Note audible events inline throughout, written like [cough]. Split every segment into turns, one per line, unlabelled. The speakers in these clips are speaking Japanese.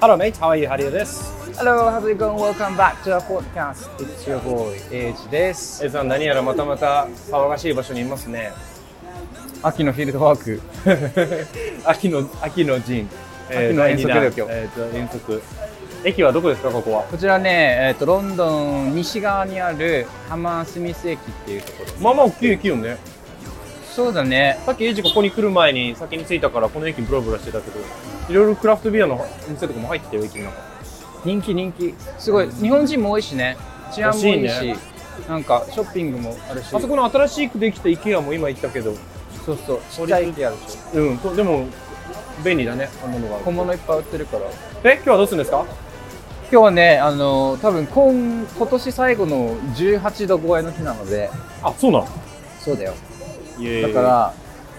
Hello, mate. How are you? How do you this?
Hello, how's it going? Welcome back to our podcast. It's your boy, H です。
えさん、何やらまたまた騒がしい場所にいますね。
秋のフィールドワーク。
[laughs] 秋の、秋の陣。
秋の遠足だよ
第二弾えっ、と、遠足。駅はどこですか、ここは。
こちらね、えっ、と、ロンドン西側にあるハマースミス駅っていうところ。
まあまあ、大きい駅よね。
そうだね。
さっきエイジここに来る前に先に着いたから、この駅ブラブラしてたけど、いろいろクラフトビアの店とかも入ってたよ、駅の中。
人気人気。すごい。日本人も多いしね。治安もいい
らしいね
し。なんかショッピングもあるし
あそこの新しくできた IKEA も今行ったけど、
そうそうちっちゃい駅あるでしょ
うん、こでも、便利だね、あんなのがあると
小物いっぱい売ってるから
え、今日はどうするんですか
今日はねあの多分今今年最後の18度超えの日なので
あ、そうなの
そうだよ
イエー
だ
イ
から、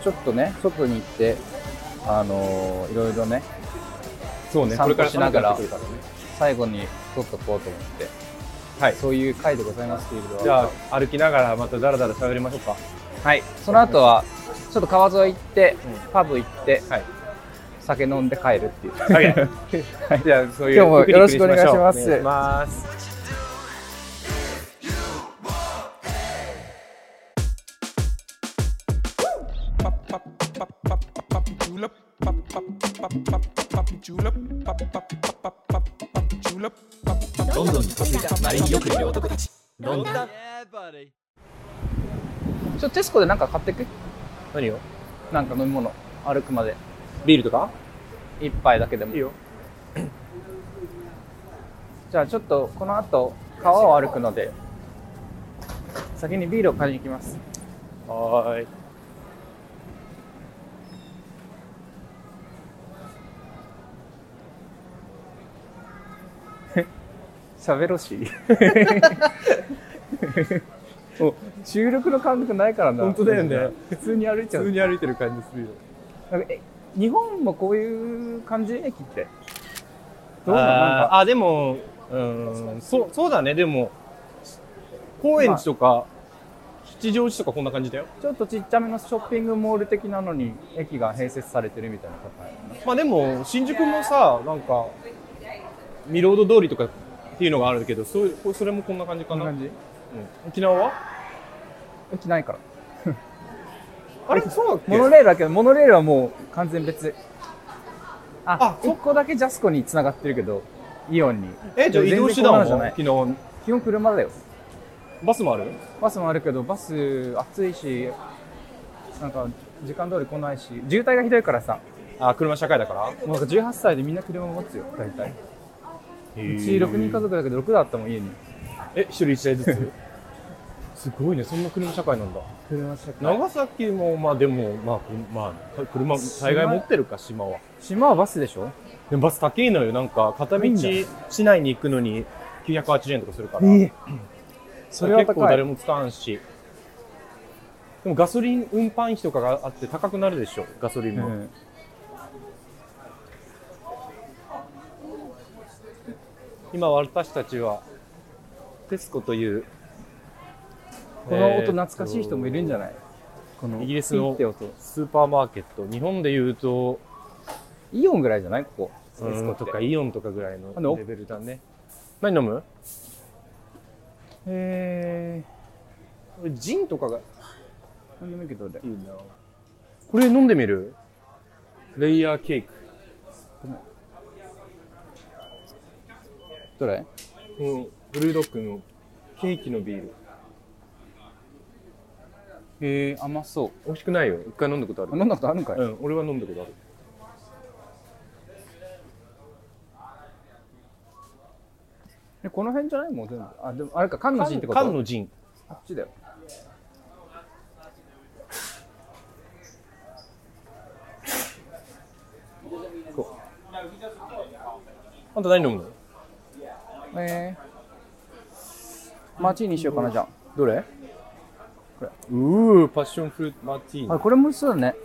ちょっとね、外に行って、あのーいろいろね、
そうね、こ
散
れ
歩
から
しながら
寒くってくるからね
最後に撮っとこうと思って、
はい
そういう回でございますけれど
じゃあ歩きながらまたダラダラ喋りましょうか。
はい、その後は、ちょっと川沿い行って、
う
パブ行って、
はい。
酒飲んで帰るっ
[laughs]
ていう。
はい。じゃあそういう
今日もよろしくお願いします
お願いします。
ロンドンに嫁いだマリンよくいる男たちロンドン
ちょっとテスコでなんか買ってく
何よ？
なんか飲み物、歩くまで。
ビールとか？
一杯だけでも。
よ。
[clears throat] じゃあちょっと、この後、川を歩くので、先にビールを買いに行きます。
はーい。
喋
[laughs]
ろしもう収録の感覚ないからな
本当だよね
普通に歩いちゃう
に歩いてる感じするよ。
なんかえ日本もこういう感じ駅ってどうなのなん
あ
か
ーあでもうーんそうそうだねでも高円寺とか吉祥寺とかこんな感じだよ。
ちょっとちっちゃめのショッピングモール的なのに駅が併設されてるみたいな感じ
まあでも新宿もさなんかミロード通りとかっていうのがあるけどそういうそれもこんな感じか
こん
な。
な感じ
うん沖縄は？
駅ないから
あれそうだっけ？
モノレールだけどモノレールはもう完全別あ
あそ
一個だけジャスコに繋がってるけどイオンに
えじゃあ移動手段
全然こんなのじゃな
はい昨日
基本車だよ
バスもある
バスもあるけど、バス暑いし、なんか時間通り来ないし、渋滞がひどいからさ、
あ車社会だから
もうなんか18歳でみんな車持つよ、大体。うち6人家族だけど、6だったもん、家に。
え一人一台ずつ [laughs] すごいねそんな車社会なんだ
車社会。
長崎もまあでもまあ、くまあ、車大概持ってるか島は
島はバスでしょ
でもバス高いのよなんか片道
高いんだ
市内に行くのに980円とかするから、
え。それは
結構
高
誰
い。
も使わんしでもガソリン運搬費とかがあって高くなるでしょガソリン
う
も、
ん
今私たちはテスコという
この音懐かしい人もいるんじゃないこの
イギリスの
ピッて音。
スーパーマーケット日本でいうと
イオンぐらいじゃないここ。
セスコとか
へ
イオンとかぐらい
あの
のレベルだね何飲む
え。
ジンとかが
何でもいいけど、俺
いいなこれ飲んでみるレイヤーケーク、
どれ
うん、ブルードッグのケーキのビール
へえ、甘そう。
美味しくないよ一回飲んだことあ
あ飲んだことあるんかい
うん俺は飲んだことある
えこの辺じゃないもう全部。あ、でも、あれか、缶の字ってこと
缶のジン
あっちだよ。
あんた何飲むの
えー、マーチーニしようかな、じゃあ。どれ
うーパッションフルーツマーティーニ
あ、これも美味しそうだね。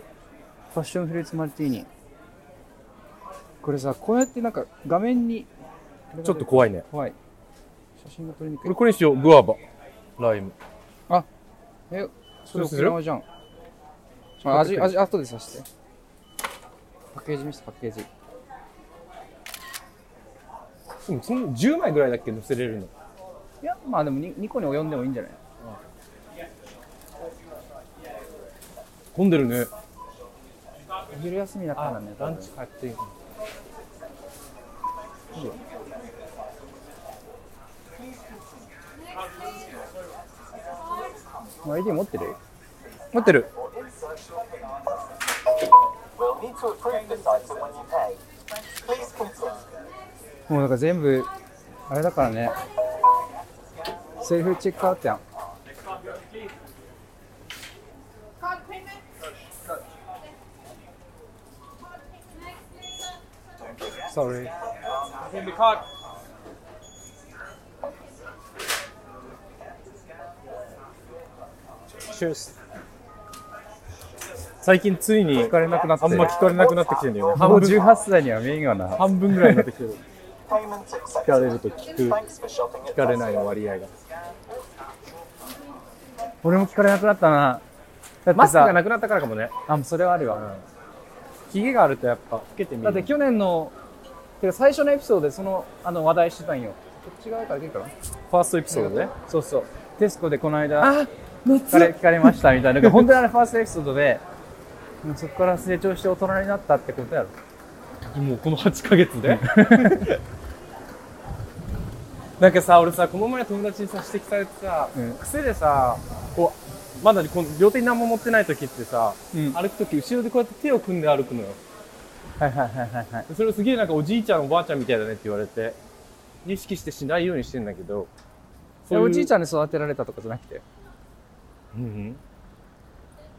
パッションフルーツマルティーニ。これさ、こうやってなんか画面に
ちょっと怖いね
怖い。写真が撮りにくい
俺。これにしようグアバライム
え、そ
れ
れ
す
沖
る
縄じゃん。あ味、味、後でさして。パッケージ見せて、パッケージ。
でもその10枚ぐらいだっけ載せれるの
いや、まあでも 2, 個に及んでもいいんじゃない
混んでるね
お昼休みだからね、
ランチ買っていい
多分いいよもう ID 持ってる
持ってる
We'll need to approve this item when you pay. Please consider.
もうなんか全部、あれだからね。セルフチェックアウトやん。
Sorry Cheers 最近ついに
聞かれなくなって。
あんま聞かれなくなってきてるんだよね
もう
半分
18歳には見えんがな。
半分ぐらいになってきてる
Payment
聞かれ
accepted.
ると聞く
Thanks
聞
for shopping at
かれない
Tesco.
の割合が
俺も聞かれなくなったな。だって
マスクが
さ、
なくなったからかもね
あ、もうそれはあるわ。
ヒゲがあるとやっぱ老けて見
だ
え
って
る
去年の、てか最初のエピソードでそのあの話題してたんよ。こっち側から出るかな
ファーストエピソードね
そうそう。テスコでこの間、聞かれ聞かれましたみたいな。本当にあれファーストエピソードで、もうそこから成長して大人になったってことやろ。
もうこの8ヶ月でなんかさ俺さこの前友達にさ指摘されてさ、
うん
癖でさこうまだこの両手に何も持ってない時ってさ、
うん
歩く時後ろでこうやって手を組んで歩くのよ
はいはいはいはいはい。
それをすげえなんかおじいちゃんおばあちゃんみたいだねって言われて意識してしないようにしてんだけど
いやおじいち
ゃ
ゃんに育てられたとかじゃなくて。
ん、うん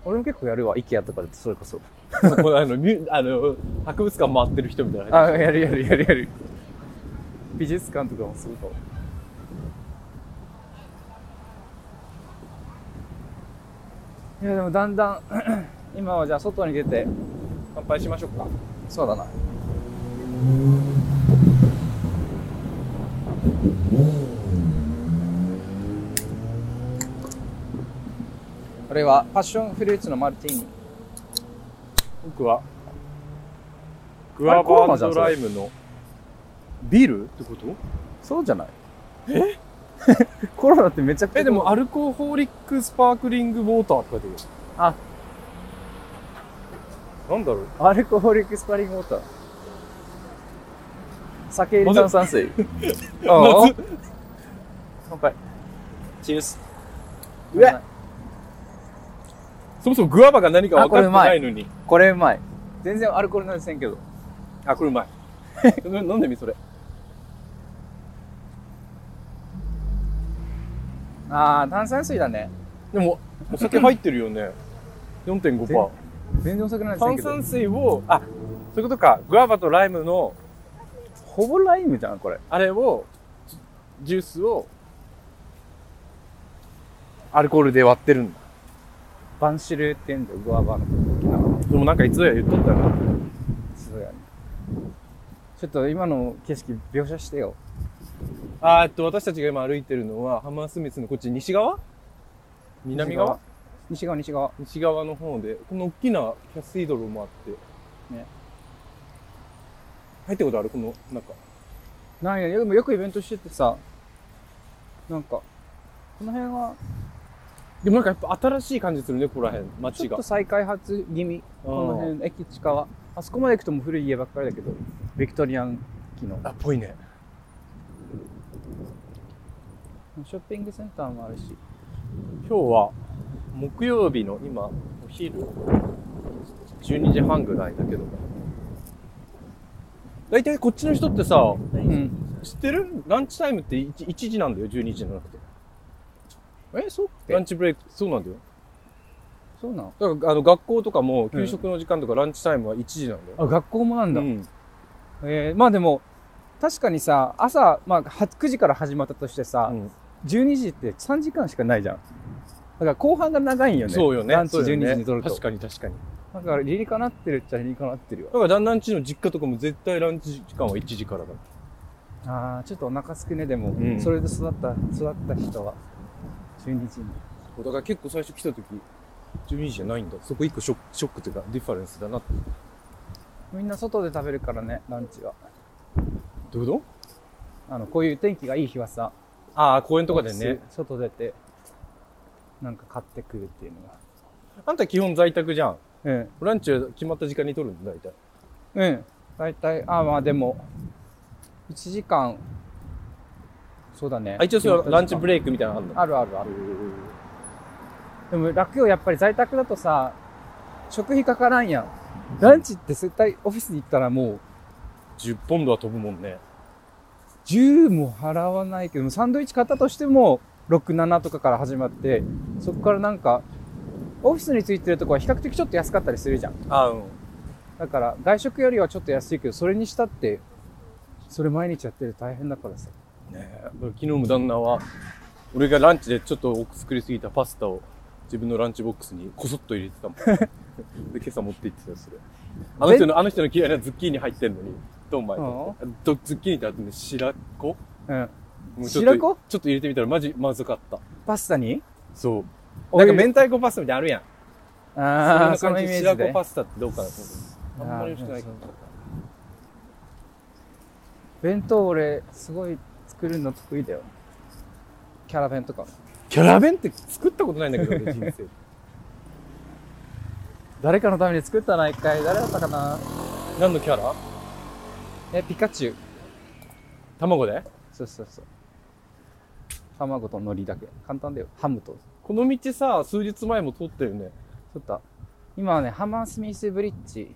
俺も結構やるわ、IKEA とかで、それこそ。
うん、このあのミュあの博物館回ってる人みたいな
あ、やるやるやるやる。美術館とかもそうかも。いや、でもだんだん、 [clears throat] 今はじゃあ外に出て、
乾杯しましょうか
そうだな。これはパッションフルーツのマルティーニ。
僕はグアバードライムのビールってこと
そうじゃないえ [laughs] コロナってめちゃくちゃ。
え、でもアルコホーリックスパークリングウォーターって書いてあるよ。
あ、
なんだろう
アルコホリックスパリングウォーター。酒入り炭酸 [laughs] 水。ああ。乾杯。
チーズ。
うわ
そもそもグアバが何か分かっ
あこれ
て
うまい
ないのに。
これうまい。全然アルコールなんてせんけど。
あ、これうまい。 [laughs] な飲んでみ、それ。
ああ、炭酸水だね。
でも、お酒入ってるよ [laughs] ね。4.5%。
全然お酒なんてせん
炭
けど。
酸水を、あ、そういうことか。グアバとライムの、
ほぼライムじゃん、これ。
あれを、ジュースを、アルコールで割ってるんだ。
バンシルって言うんだよ、グアバの時な。
でもなんかいつだや言っとったよな。
そうやね。ちょっと今の景色描写してよ。
あーえっと、私たちが今歩いてるのは、ハマースミスのこっち西側南側
西側、西側。
西側の方で、この大きなキャスイドルもあって。
ね。
入ったことあるこの、なんか。
なんや、でもよくイベントしててさ、なんか、この辺は、
でもなんかやっぱ新しい感じするね、ここら辺、
ちょ
街
っ
が
と。再開発気味。この
あー
辺、駅近は。あそこまで行くともう古い家ばっかりだけど、ビクトリアン期の。
あ、っぽいね。
ショッピングセンターもあるし。
今日は、木曜日の今、お昼、12時半ぐらいだけど。大体こっちの人ってさ、
うん。
知ってるランチタイムって 1, 1時なんだよ、12時じゃなくて。
え、そうっ
ラ
て
ンチブレイク、そうなんだよ。
そうなの
だからあの学校とかも給食の時間とかランチタイムは1時なんだよ。
あ、学校もなんだ。
うん
えーまあでも、確かにさ、朝、まあ、は9時から始まったとしてさ、
うん
12時って3時間しかないじゃん。だから後半が長いんよね。
そうよね。
ランチ
そうよね
12時に取ると。
確かに確かに。
だから理にかなってるっちゃ理にかなってるよ
だ。から、旦那んちの実家とかも絶対ランチ時間は1時からだ。
ああ、ちょっとお腹すくね、でも、
うん
それで育った、育った人は、12時に。
だから結構最初来た時、12時じゃないんだ。そこ一個ショック、ショックというか、ディファレンスだなって。
みんな外で食べるからね、ランチは。
どういうこ
あのこういう天気がいい日はさ
ああ、公園とかでね。
外出てなんか買ってくるっていうのが
あんた基本在宅じゃん。
うん
ランチは決まった時間に取るんだ、大体。
うん。大体、あ、まあでも、1時間、そうだね。
あ、一応それはランチブ
レイ
レイクみたいなのあるの
あるあるある。でも楽よ、やっぱり在宅だとさ、食費かからんやん。ランチって絶対オフィスに行ったらもう、
10ポンドは飛ぶもんね。
10も払わないけども、サンドイッチ買ったとしても、6、7とかから始まって、そこからなんか、オフィスについてるとこは比較的ちょっと安かったりするじゃん。
あうん。
だから、外食よりはちょっと安いけど、それにしたって、それ毎日やってると大変だからさ。
ねえ昨日も旦那は、俺がランチでちょっと多く作りすぎたパスタを自分のランチボックスにこそっと入れてたもん。で、今朝持って行ってたよ、それ。あの人の、あの人の嫌いなズッキーニ入ってんのに、ドンマイと。どズッキーニってあってね、白子
うん。
もうちょっと
白子
ちょっと入れてみたらマジまずかった。
パスタに
そう。なんか明太子パスタみたいなのあるやん。
ああ、
そ
そ
んな
のイ
感じ
メ
白
ージで
子。パスタってどうかなと思って。あんまり美味しくないか
あー
も
う。弁当俺、すごい作るの得意だよ。キャラ弁とか。
キャラ弁って作ったことないんだけど、俺人生。
誰かのために作ったな、一回。誰だったかな
[laughs] 何のキャラ
え、ピカチュウ。
卵で
そうそうそう。卵と海苔だけ。簡単だよ。ハムと。
この道さ、数日前も通ったよね。
ちょっと、今はね、ハマースミスブリッジ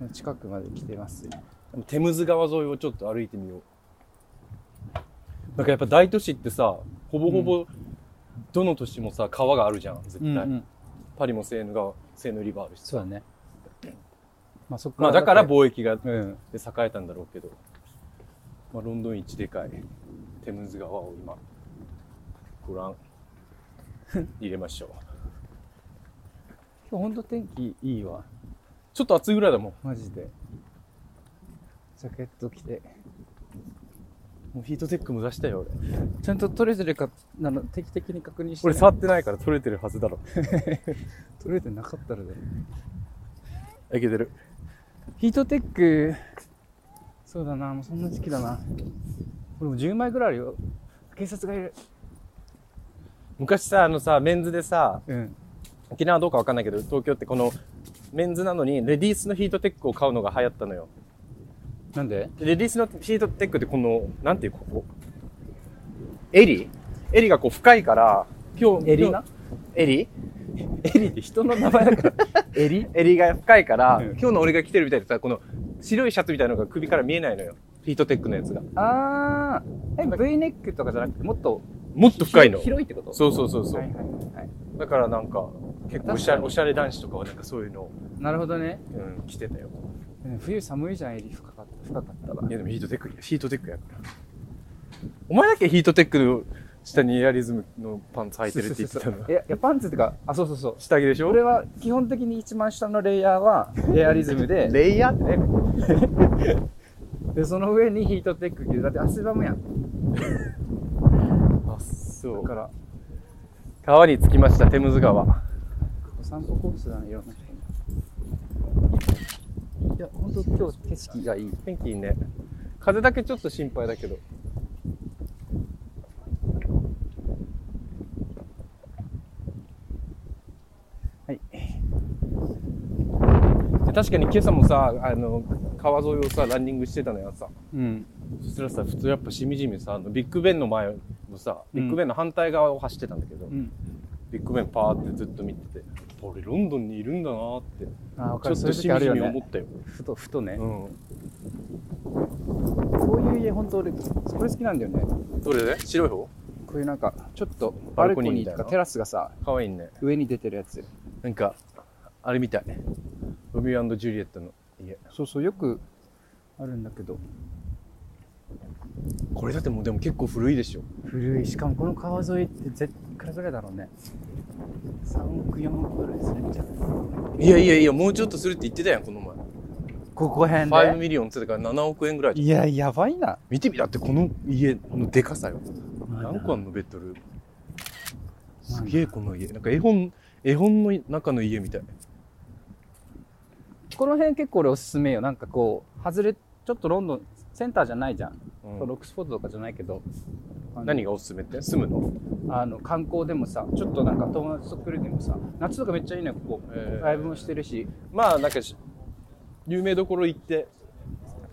の近くまで来てます。
テムズ川沿いをちょっと歩いてみよう。なんかやっぱ大都市ってさ、ほぼほぼ、どの都市もさ、川があるじゃん、絶対。
うん、うん。
パリもセーヌ川、セーヌリバーあるしさ。
そうだね。まあそっか
ま
ら。
あだから貿易がで
うん。
栄えたんだろうけど。まあロンドン一でかい、テムズ川を今、ご [laughs] 覧、入れましょう。
今日ほんと天気いいわ。
ちょっと暑いぐらいだもん。
マジで。ジャケット着て。
もうヒートテックも出したよ、俺。
ちゃんと取れてるか、あの、定期的に確認して、
俺触ってないから取れてるはずだろ。
取れてなかったらだよ。
いけてる。
ヒートテック、そうだな、もうそんな時期だな。俺も10枚ぐらいあるよ。警察がいる。
昔さ、あのさ、メンズでさ、
うん。
沖縄はどうかわかんないけど、東京ってこのメンズなのに、レディースのヒートテックを買うのが流行ったのよ。
なんで
レディースのヒートテックってこの、なんていうここ襟襟がこう深いから、今日、
襟な
襟襟って人の名前だから。 [laughs]
襟
襟が深いから、
うん
今日の俺が着てるみたいでさ、この白いシャツみたいなのが首から見えないのよ。ヒートテックのやつが。
あー、え、V ネックとかじゃなくて、もっと
もっと深いの。
広いってこと
そうそうそうそう。
はいはいはい。
だからなんか、結構おしゃれおしゃれ男子とかはなんかそういうのを、
なるほどね。
うん、着てたよ。
うん冬寒いじゃん、襟深かった。深かったわ
い。やでもヒートテック、ヒートテックやから。お前だけヒートテックの下にエアリズムのパンツ履いてるって言ってたの。
いや、いやパンツってか、あ、そうそうそう。
下着でしょ
俺は基本的に一番下のレイ
[laughs]
ヤーはエアリズムで、
レイヤーって。
で、その上にヒートテック着る。だって汗ばむやん。
あ、そ
だ
う
か、
から川に着きました、テムズ川。
お散歩コースだね、いろんな人に。いや、本当今日景色がいい。
天気いいね。風だけちょっと心配だけど。
はい。
で確かに今朝もさ、あの、川沿いをさ、ランニングしてたのよ、さ。
うん。
そしたらさ、普通やっぱしみじみさ、あのビッグベンの前のさ、ビッグベンの反対側を走ってたんだけど、
ん。
ビッグベンパーってずっと見てて、俺ロンドンにいるんだなーって、
あ、わ
ちょ
かる。
っ
そ
と
ういう
し
時あ
み
る
じ
よ
み思
ね
っ。たよ。
ふと、ふとね。
うん。
こういう家、本当俺、これ好きなんだよね。
どれで白い方
こういうなんか、ちょっと
バ
バ
ル
ル
コ
コ
ニー
ニ
み
ー
たい
と
な
かテラスがさ、
かわいいね。
上に出てるやつ。
なんか、あれみたい。ロミオジュリエットの家。
そうそう、よくあるんだけど。
これだってもうでも結構古いでしょ。
古い。しかもこの川沿いって絶対いくらぐらいだろうね。3億、4億ぐらいするんじゃない
いやいやいや、もうちょっとするって言ってたやん、この前。
ここ辺
5
で。
ミリオンって言ってたから7億円ぐらいじゃん。
いや、やばいな。
見てみ、だってこの家のでかさよ。何個あんのベッドルーム。すげえこの家。なんか絵本、絵本の中の家みたい。
この辺結構俺おすすめよ。なんかこう、外れ、ちょっとロンドン、センターじゃないじゃん、
うん
そうロックスフォードとかじゃないけどあの
何がおすすめって住むの
あの観光でもさちょっとなんか友達と来るでもさ夏とかめっちゃいいねここ、
えー
ライブもしてるし
まあなんかし有名どころ行って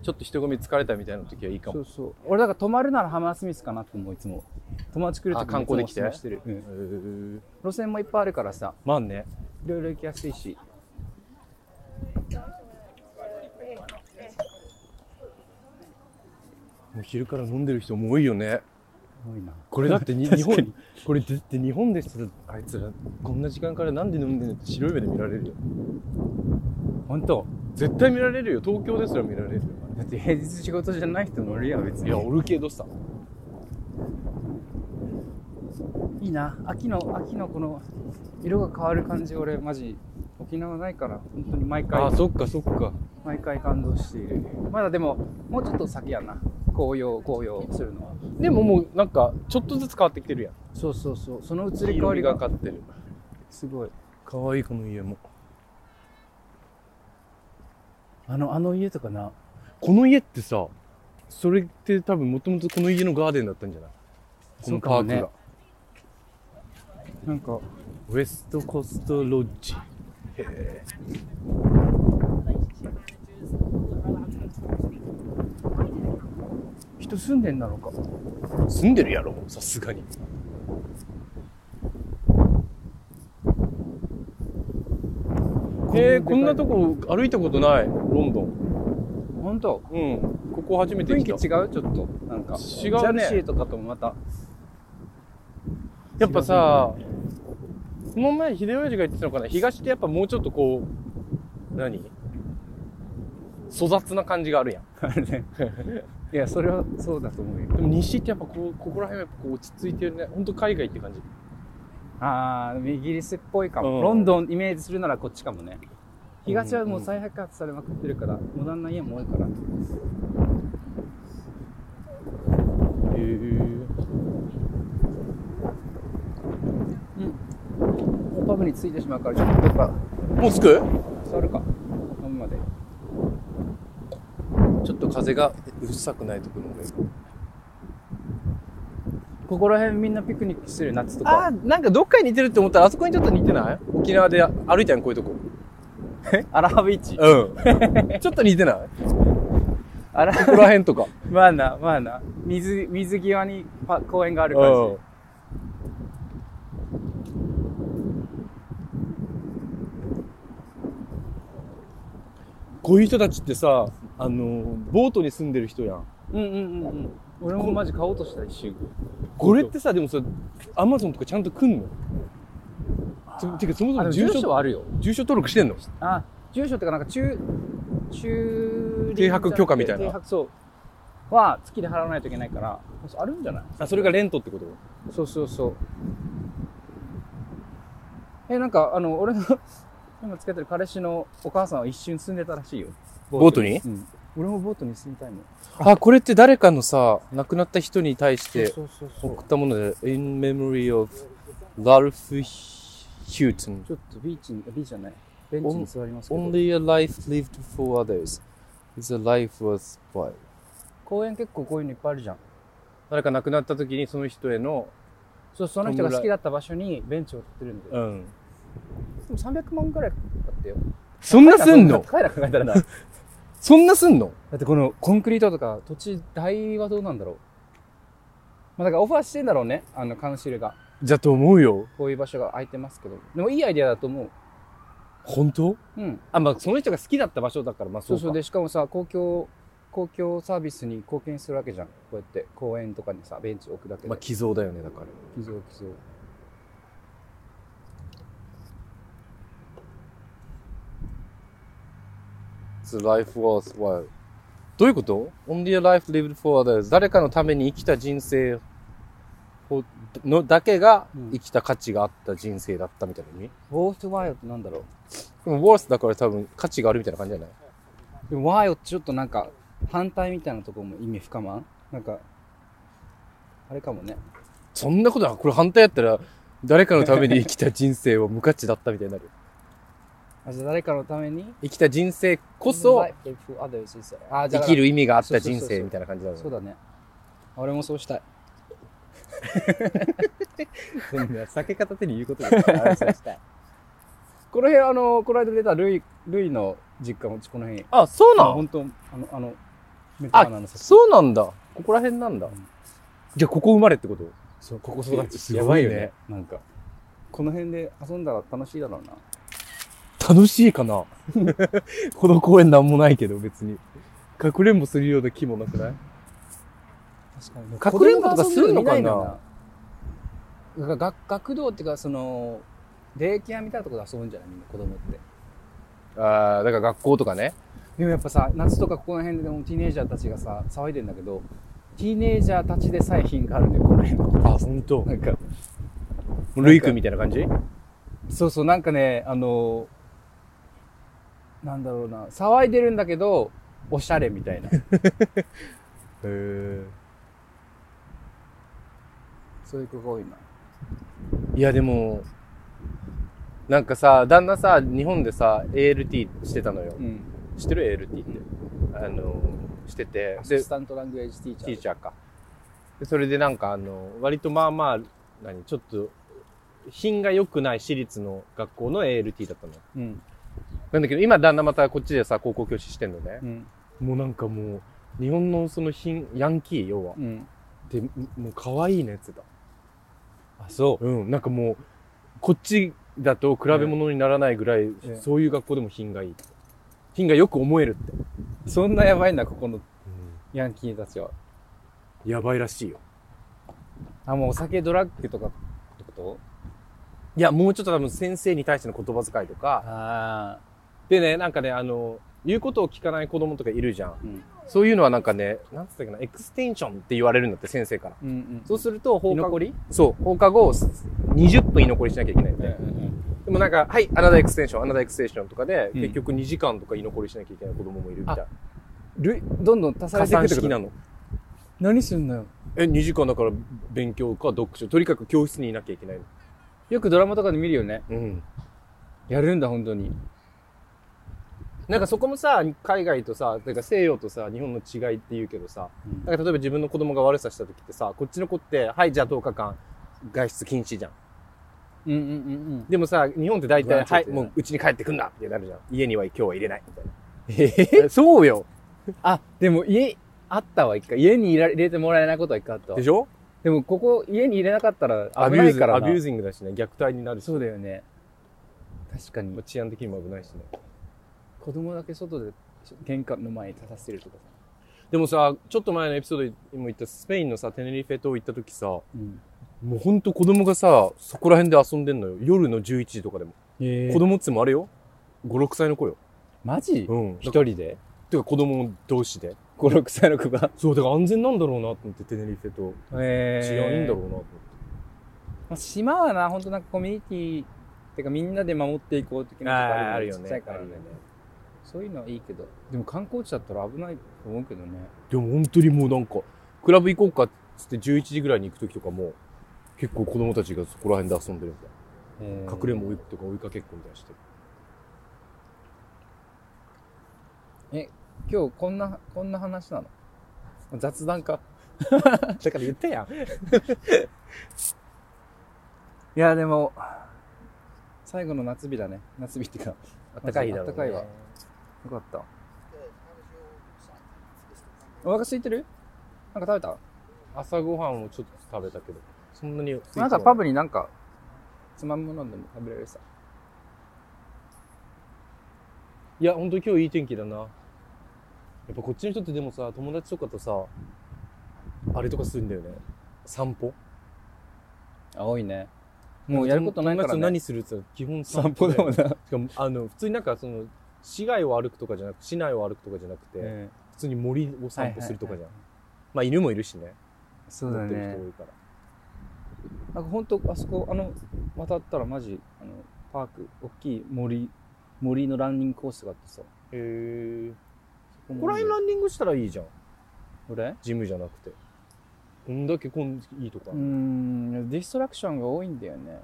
ちょっと人混み疲れたみたいな時はいいか
そ
も
うそう俺だから泊まるならハマースミスかなと思ういつも友達来ると
あ観光で来て
してる、うん
へー
路線もいっぱいあるからさ
まあね
いろいろ行きやすいし
もう昼から飲んでる人も多いよね
多いな
これだってに
確
日
かに
本これだって日本でしたらあいつらこんな時間からなんで飲んでんのって白い目で見られるよ
本当
絶対見られるよ東京ですら見られるよ
だって平日仕事じゃない人もおるやん別
い
に
やおるけどさ
いいな秋の秋のこの色が変わる感じ俺マジ沖縄ないから本当に毎回
あそっかそっか
毎回感動しているまだでももうちょっと先やな紅葉紅葉するのは
でももうなんかちょっとずつ変わってきてるやん
そうそうそうその移
黄
り変わ
色み
り
が
が
かってる
すごい
かわいいこの家も
あのあの家とかな
この家ってさそれって多分もともとこの家のガーデンだったんじゃないこのパークが、
そうかなんか
ウエストコストロッジ
人住んでんだろうか
住んでるやろさすがにえー、こんなと
こ
こ歩いたことないロンドン
本当
うんここ初めて
雰囲
来
気
た
違うちょっとなんか
違うね
ジャルシーとかともまた
やっぱさこの前秀吉が言ってたのかな東ってやっぱもうちょっとこう何粗雑な感じがある [laughs] やん
あれねいやそれはそうだと思うよ
でも西ってやっぱこうここら辺はやっぱこう落ち着いてるねほんと海外って感じ
ああイギリスっぽいかも、
うん
ロンドンイメージするならこっちかもね東はもう再発発されまくってるから、モダンな家も多いから
へえ
パブに着いてしまうからちょっとどっか
もう着く
座るか飲むまで
ちょっと風がうるさくないところもいい
ここら辺みんなピクニックしてる夏と
あ
か
ーなんかどっかに似てるって思ったらあそこにちょっと似てない沖縄で歩いたやんこういうとこ
アラハビーチ
うん [laughs] ちょっと似てないこ
アラ
こら辺とか
まあなまあな水水際にパ公園があ
[laughs]
る
う
感
んこういう人たちってさあのボートに住んでる人やん
じうんうんうんうん俺もマジ買おうとした一瞬
これってさでもさアマゾンとかちゃんと来んのつてかそもそ
あで
も
も
住
住
所
所はあるよ
住所登録してんの
あ住所ってかなんか中中
停泊許可みたいな
停泊そうは月で払わないといけないからあるんじゃない
あそれがレントってこと
そうそうそうえなんかあの俺の [laughs] 今つけてる彼氏のお母さんは一瞬住んでたらしいよ
ボートに
うん、俺もボートに住みたいもん
あこれって誰かのさ亡くなった人に対して
そうそうそう
送ったもので、In Memory of Ralph Houghton.
ちょっとビーチにあビーチじゃないベンチに座りますけど
Only a life lived for others is a life worth while.
公園結構こういうのいっぱいあるじゃん
誰か亡くなった時にその人への、
そうその人が好きだった場所にベンチを取ってるんでで
うん。
も300万ぐらいだってよ
そんなすんの
高いな考えたらな [laughs] だ
そんなすんの
ってこのコンクリートとか土地代はどうなんだろうまあだからオファーしてんだろうねあのカウンシルが
じゃと思うよ。
こういう場所が空いてますけどでもいいアイデアだと思う
本当
うん
あ、まあその人が好きだった場所だから、まあ
そ
そう
う
か。
そうでしかもさ公共公共サービスに貢献するわけじゃんこうやって公園とかにさベンチ置くだけで、
まあ寄贈だよね、だから。
寄贈寄贈
It's a life worth while. どういうこと ?Only a life lived for others. 誰かのために生きた人生をのだけが生きた価値があった人生だったみたいな意味、
ボースワイオってなんだろう
でも、ワースだから多分価値があるみたいな感じじゃない
でもワイオってちょっとなんか反対みたいなところも意味深まんなんかあれかもね
そんなことは、これ反対やったら、誰かのために生きた人生を無価値だったみたいになる。
あじゃあ誰かのために
生きた人生こそ
Life for others is- あじゃ
生
あ
きる意味があっ
そう
た
そうそ
人
うそう
生みたいな感じだ
そう
ろ
だね俺もそうしたい
そ [laughs] んな避け方手に言うことですから
そうしたいこの辺あのこの間出たルイルイの実家もこの辺
あそうなの
本当あのあの目と
あ
鼻の先
そうなんだここら辺なんだ
ん
じゃあここ生まれってこと
そうここ
やばいよね
なんかこの辺で遊んだら楽しいだろうな
楽しいかな [laughs] この公園なんもないけど別に。かくれんぼするような気もなくない
確かに
かくれんぼとかするのかな
なが学学童っていうかそのデイケアみたいなところで遊ぶんじゃないみんな子供って
ああ、だから学校とかね。
でもやっぱさ夏とかここの辺でもティーネイジャーたちがさ騒いでんだけどティーネイジャーたちでさえ品があるんだよこの辺の
あ、ほんと
なんか
ルイ君みたいな感じ
そうそうなんかねあのなんだろうな騒いでるんだけどおしゃれみた
[laughs]
いな
へ
そういう子が多いない
や、でも、なんかさ、旦那さ、日本でさ、ALT してたのよ。
うん
知ってる ?ALT って。あの、してて
ア。シ
で
ス、タントラングエージティーチャー
ティーチャーか。でそれでなんかあの、割とまあまあ、何、ちょっと、品が良くない私立の学校の ALT だったのよ。
うん
なんだけど、今旦那またこっちでさ、高校教師してんのね
う。ん
もうなんかもう、日本のその品、ヤンキー、要は。
うん
で、もう可愛いのやつだ。
あそう
うん、なんかもう、こっちだと比べ物にならないぐらい、
ええ
そういう学校でも品がいいって。品がよく思えるって。
そんなやばいんだここのヤンキーたちは
やばいらしいよ。
あもうお酒ドラッグとかってこと
いや、もうちょっと多分先生に対しての言葉遣いとか、
ああ
でね、なんかね、あの、言うことを聞かない子供とかいるじゃん。
うん
そういうのはなんかね、なんつったっけな、エクステンションって言われるんだって、先生から。
うんうん
そうすると、放
居
課後
残、り
そう、放課後、20分居残りしなきゃいけないんで。でもなんか、はい、アナダエクステンション、アナダエクステンションとかで、
うん
結局2時間とか居残りしなきゃいけない子供もいるみたい。
ルイどんどん足さ
加
れていく
算
って
式
こ
な
と
の。
何すんのよ
え、2時間だから勉強か読書。とにかく教室にいなきゃいけないの。
よくドラマとかで見るよね
うん。
やるんだ本当に
なんかそこもさ、海外とさ、てか西洋とさ、日本の違いって言うけどさ、
うん
なんか例えば自分の子供が悪さした時ってさ、こっちの子って、はい、じゃあ10日間、外出禁止じゃん。
うんうんうん
でもさ、日本って大
不
体、
安定だ
は
よ
い、も
ね
ううちに帰ってくんだってなるじゃん。家には今日は入れない。みたいな。えそうよ。
あ、でも家、あったわ、一回。家に入れ入れてもらえないことは一回あったわ
で。しょ
でも、ここ、家に入れなかったら
ア
危
ビ
な
ュー
い
ズ、
からな。
アビュージングだしね、虐待になるし。
そうだよね。確かに。
治安的にも危ないしね。
子供だけ外で玄関の前に立たせるとかさ。
でもさ、ちょっと前のエピソードにも言ったスペインのさ、テネリフェ島行った時さ、も
うん。
うほんと子供がさ、そこら辺で遊んでんのよ。夜の11時とかでも。
え
子供っつってもあれよ。5、6歳の子よ。
マ [laughs] ジ
うん。
一人で
てか子供同士で。
?5、6歳の子が。
そう、だから安全なんだろうなと思って、テネリフェ島。
え
治安いいんだろうなと思って。
まあ、島はな、本当なんかコミュニティってかみんなで守っていこう的なとこあるよね。ちっちゃいからね。そういうのはいいけど。でも観光地だったら危ないと思うけどね。
でも本当にもうなんか、クラブ行こうかっつって11時ぐらいに行く時とかも、結構子供たちがそこら辺で遊んでるみたいな。隠れんぼ追いとか追いかけっこみたい
[laughs]
にしてる。
今日こんな、こんな話なの雑談か。
だから言ったやん。
いや、でも、最後の夏日だね。夏日っていうか、
あ
ったかいだろうね
ったかいわ。
よかった。お腹空いてるなんか食べた
朝ごはんをちょっと食べたけど、そんなに。
なんかパブになんか、つまむものでも食べられるさ。
いや、本当今日いい天気だな。やっぱこっちの人ってでもさ、友達とかとさ、あれとかするんだよね。散歩
あ、多いね。もうやることないから、
友達
ね。
と何するって言ったら基本
散歩だもん
ね。
な。
しかも、あの、普通になんかその、市街を歩くとかじゃなく、市内を歩くとかじゃなくて、
ええ
普通に森を散歩するとかじゃん。
はいはいはい
まあ犬もいるしね。
そうだ
持ってる
ね
人。多いから。
なんか本当あそこ、あの、渡ったらマジ、あの、パーク、大きい森、森のランニングコースがあってさ。
へえ。
こ
ここら辺ランニングしたらいいじゃん。
俺
ジムじゃなくて。こんだけこんいいとか。
うーん、ディストラクションが多いんだよね。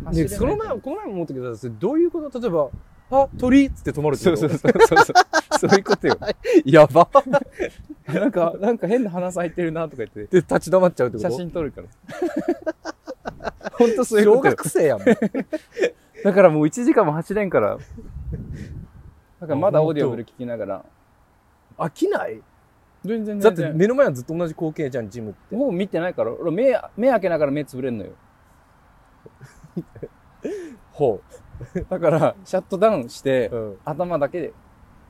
で
走れない
その前、この前も思ったけどさ、それどういうこと例えば、あ、鳥っつって止まるって
そ
こ
う
と
そうそうそうそう。そういうことよ。
[laughs] やば。
[laughs] なんか、なんか変な花咲いてるなとか言って、
で、立ち止まっちゃうってこと
写真撮るから。ほんとそういうことよ。
生やん。
だからもう1時間も走れんから。だからまだオーディオブル聞きながら。
飽きない
全
[laughs]
然
だ
全
って
然。
目の前はずっと同じ光景じゃん、ジムって。
もう見てないから、俺目、目開けながら目つぶれんのよ。
ほ
[laughs] だから、シャットダウンして、
う。うん。
頭だけで、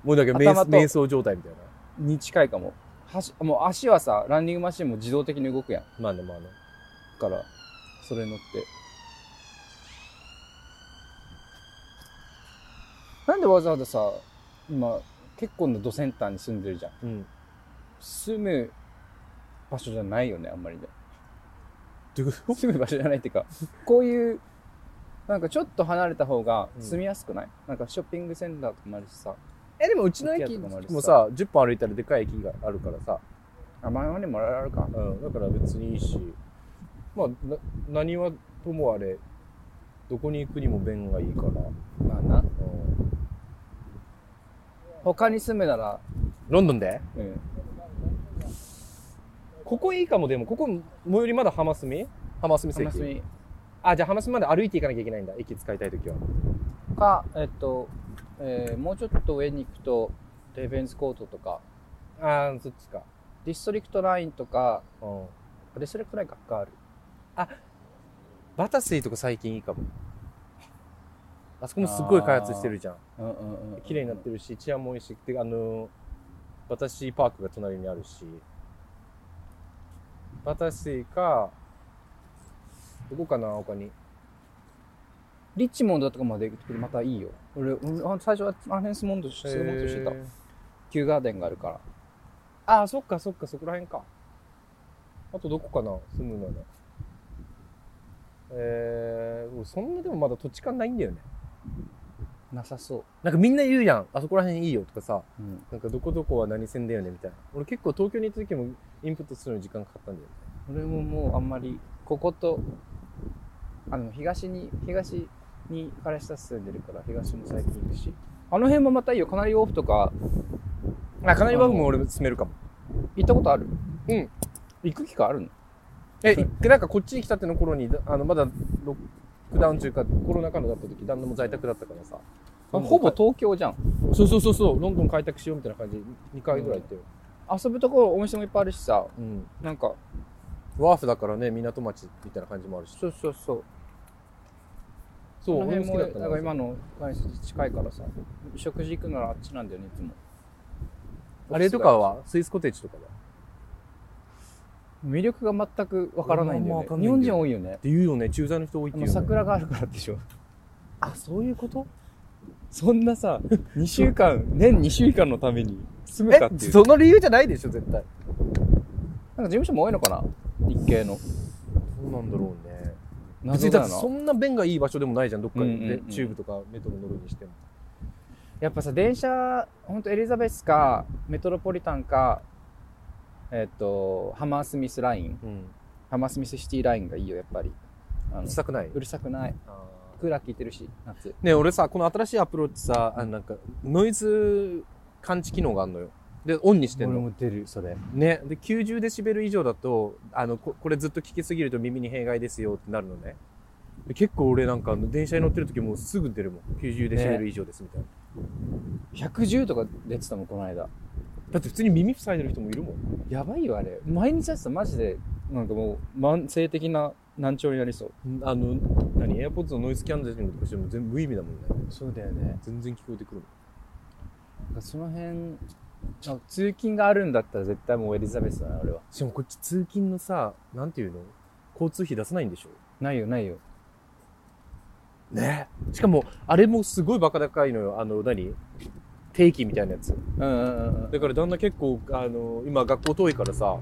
もうだけど瞑
頭と
瞑想状態みたいな。
に近いかも。はしもう足はさ、ランニングマシンも自動的に動くやん。
まあね、まあね。
から、それ乗って。なんでわざわざさ、今、結構なドセンターに住んでるじゃん。
うん。
住む場所じゃないよね、あんまりで。
どういうこと
住む場所じゃないっていうか、こういう、なんかちょっと離れた方が
うん
住みやすくない、なんかショッピングセンターとかもあるしさ。
え、でもうちの駅もさ、10分歩いたらでかい駅があるからさ。
あ、前までもらえるか。
うん。だから別にいいし。まあ、な何はともあれ、どこに行くにも便がいいから。
まあな。
うん。
他に住むなら、
ロンドンで
うん。
ここいいかも、でも、ここ、最寄りまだ浜住浜住
浜
駅。
住
あ、じゃあ浜住まで歩いていかなきゃいけないんだ。駅使いたいときは。
か、えっと、えーもうちょっと上に行くと、レベンズコートとか、
あー、そっちか。
ディストリクトラインとか、
うん。
ディストリクトラインがある。
バタスイとか最近いいかも。あそこもすっごい開発してるじゃん。
うんうんうん。
綺麗になってるし、治安もいいし、で、あの、バタシーパークが隣にあるし。バタシーか、どこかな、他に。
リッチモンドとかまで行くとまたいいよ。俺、うんあ最初はアンヘンスモンドしてもとしてた
へ。ー
キューガーデンがあるから。
あー、そっかそっか、そこら辺か。あとどこかな、住むのね。えー、そんなでもまだ土地勘ないんだよね。
なさそ
なんかみんな言うやん、あそこら辺いいよとかさ、
う。うん。
なんかどこどこは何線だよねみたいな。俺結構東京に行った時もインプットするのに時間かかったんだよね。
俺ももうあんまり、ここと、あの、東に、東に彼氏たち住んでるから、東も最近行くし。あの辺もまたいいよ。カナリオーフとか、
あ、かなりバグも俺も進めるかも。
行ったことある
うん。
行く機会あるの
え、で、なんかこっちに来たっての頃に、だあの、まだロックダウン中か、コロナ禍のだった時、旦那も在宅だったからさ。
あほぼ
と、
東京じゃん。
そうそうそうそう、ロンドン開拓しようみたいな感じで2回ぐらい行ったよ。
遊ぶところお店もいっぱいあるしさ、
うん。
なんか、
ワーフだからね、港町みたいな感じもあるし。
そうそうそう。
そう、
この
俺も
辺
好き
も、
だった
なんか今
の。
の彼氏たち近いからさ、食事行くならあっちなんだよね、いつも。
あれとかはスイスコテージとかだ。
魅力が全くわからないんだよね
俺もあん。まわか
日
んない
本
んだ
人
よ
多いよね
っ。て言うよね、駐在の人多いっ
あ
ていう
の
よね。
桜があるからでしょ。
あ、そういうこと
そんなさ、2週 [laughs] 間、年2週間のために住むかってい
え、
う。
その理由じゃないでしょ、絶対。
なんか事務所も多いのかな日系の。
そうなんだろうね。別
謎
にだ
だ
って
よな
そ。んな便がいい場所でもないじゃん、どっか
うん
に
うん
ね
うん
チューブとかメトロ乗るにしても。
やっぱさ、電車、ほんとエリザベスか、メトロポリタンか、えっと、ハマースミスライン。
うん。
ハマースミスシティラインがいいよ、やっぱり。あ
う
の
るさくないう
るさくない。クーラー効いてるし、夏。
ね俺さ、この新しいアプローチさ、あなんか、ノイズ感知機能があるのよ。で、オンにしてんの。
出る、それ。
ね。で、90デシベル以上だと、あの、ここれずっと聞きすぎると耳に弊害ですよってなるのね。で結構俺なんか、電車に乗ってる時もうすぐ出るもん。90デシベル以上ですみたいな。
110とか出てたもん、この間。
だって普通に耳塞いでる人もいるもん。
やばいよ、あれ。毎日やってたマジで、なんかもう、慢性的な難聴になりそう。
あの、何エアポッ o のノイズキャンセリングとかしても全部無意味だもんね。
そうだよね。
全然聞こえてくるもん。
なんかその辺、なんか通勤があるんだったら絶対もうエリザベスだな、俺は。
しかもこっち通勤のさ、なんていうの交通費出さないんでしょ
ないよ、ないよ。
ねしかも、あれもすごいバカ高いのよ。あの、何定期みたいなやつ。
うんうんうんうん
だから旦那結構、あの、今学校遠いからさ、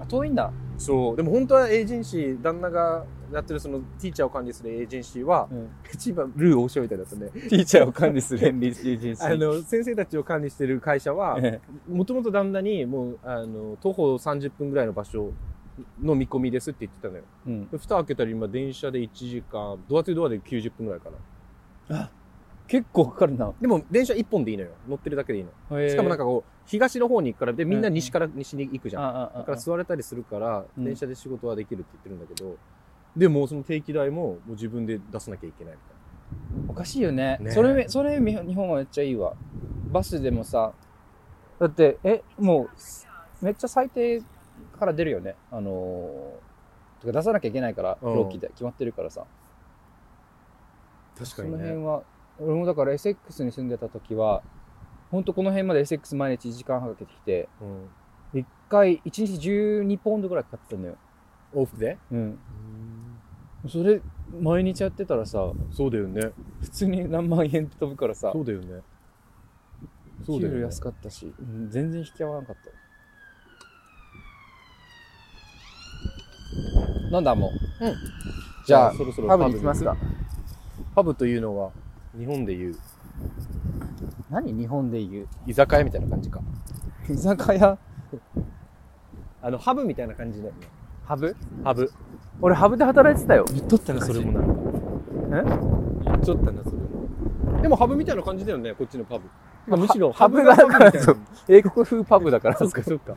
あ。遠いんだ。
そう、でも本当はエージェンシー、旦那がやってるそのティーチャーを管理するエージェンシーは、一番ルー大塩みたいだったね。
ティーチャーを管理するエンリー人
あの、先生たちを管理してる会社は、もともと旦那に、もう、あの、徒歩30分ぐらいの場所の見込みですって言ってたのよ。
うん。
で蓋開けたら今電車で1時間、ドアとドアで90分ぐらいかな。
結構かかるな。
でも電車一本でいいのよ。乗ってるだけでいいの。し
し
かもなんかこう、東の方に行くから、で、みんな
うん
西から西に行くじゃん。
あああ
だから座れたりするから、
うん
電車で仕事はできるって言ってるんだけど、でもうその定期代ももう自分で出さなきゃいけないみたいな。
おかしいよね
ね
それそれみ日本はめっちゃいいわバスでもさだってえもうめっちゃ最低から出るよねあのー、とか出さなきゃいけないから
うん
労基で決まってるからさ、
確
その辺。は俺もだから SX に住んでた時はほんとこの辺まで SX 毎日1時間半かけてきて
うん。
1回1日12ポンドぐらいかかってたんだよ
往復で
うんそれ毎日やってたらさ
そうだよね。
普通に何万円って飛ぶからさ
そうだよね。そ
給
うだよ
料
ね。
安かったし、うん全然引き合わなかった。なんだもう。
うん
じゃあ、
そろそろ
パブに行きますか。
パブというのは、日本でいう、
何日本で [laughs] 言う。
居酒屋みたいな感じか。
居酒屋、
あの、ハブみたいな感じだよね。
ハブ
ハブ。
俺ハブで働いてたよ。
言っとったな、それもなんか。え言っとったな、それも。でもハブみたいな感じだよね、こっちのパブ。まあむしろ
ハブがだから
な
そう英国風パブだから。
そっかそっか。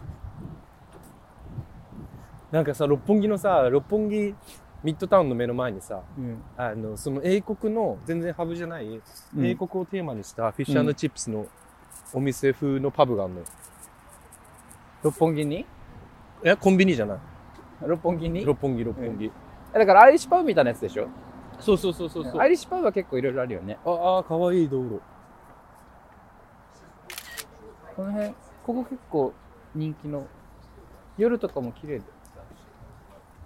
なんかさ、六本木のさ、六本木ミッドタウンの目の前にさ、
うん
あの、その英国の、全然ハブじゃない、
うん
英国をテーマにしたフィッシュチップスのお店風のパブがあるのよ。
六本木に
え、コンビニじゃない
六本木に
六本木、六本木。
えだからアイリッシュパブみたいなやつでしょ
そうそうそうそうそう。
アイリッシュパブは結構いろいろあるよね。
ああ、かわいい道路。
この辺、ここ結構人気の、夜とかも綺麗で。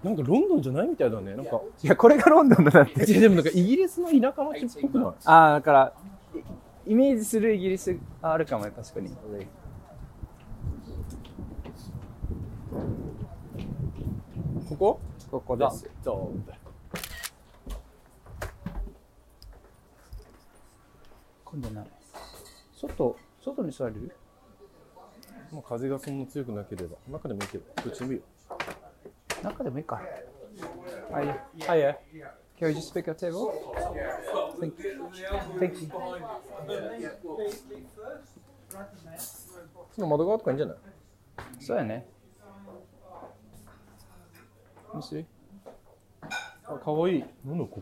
なんかロンドンじゃないみたいだね。なんか、
いや、これがロンドンだ [laughs] なって。
いやでもなんかイギリスの田舎町っぽくない
ああ、だから、イイメージするイギリスああるかもね、確かに。
[laughs] ここ
ここ
だ
です。今度な、外、外に座れる
もう風がそんな強くなければ、中でもいいけど、どっちでもいいよ。
中でもいいか。はい。
はいはい。
Can you just pick a table? Thank you. Thank you.
その窓側とかいいんじゃない
そうやね。もし
あ、かわいい。なんだここ。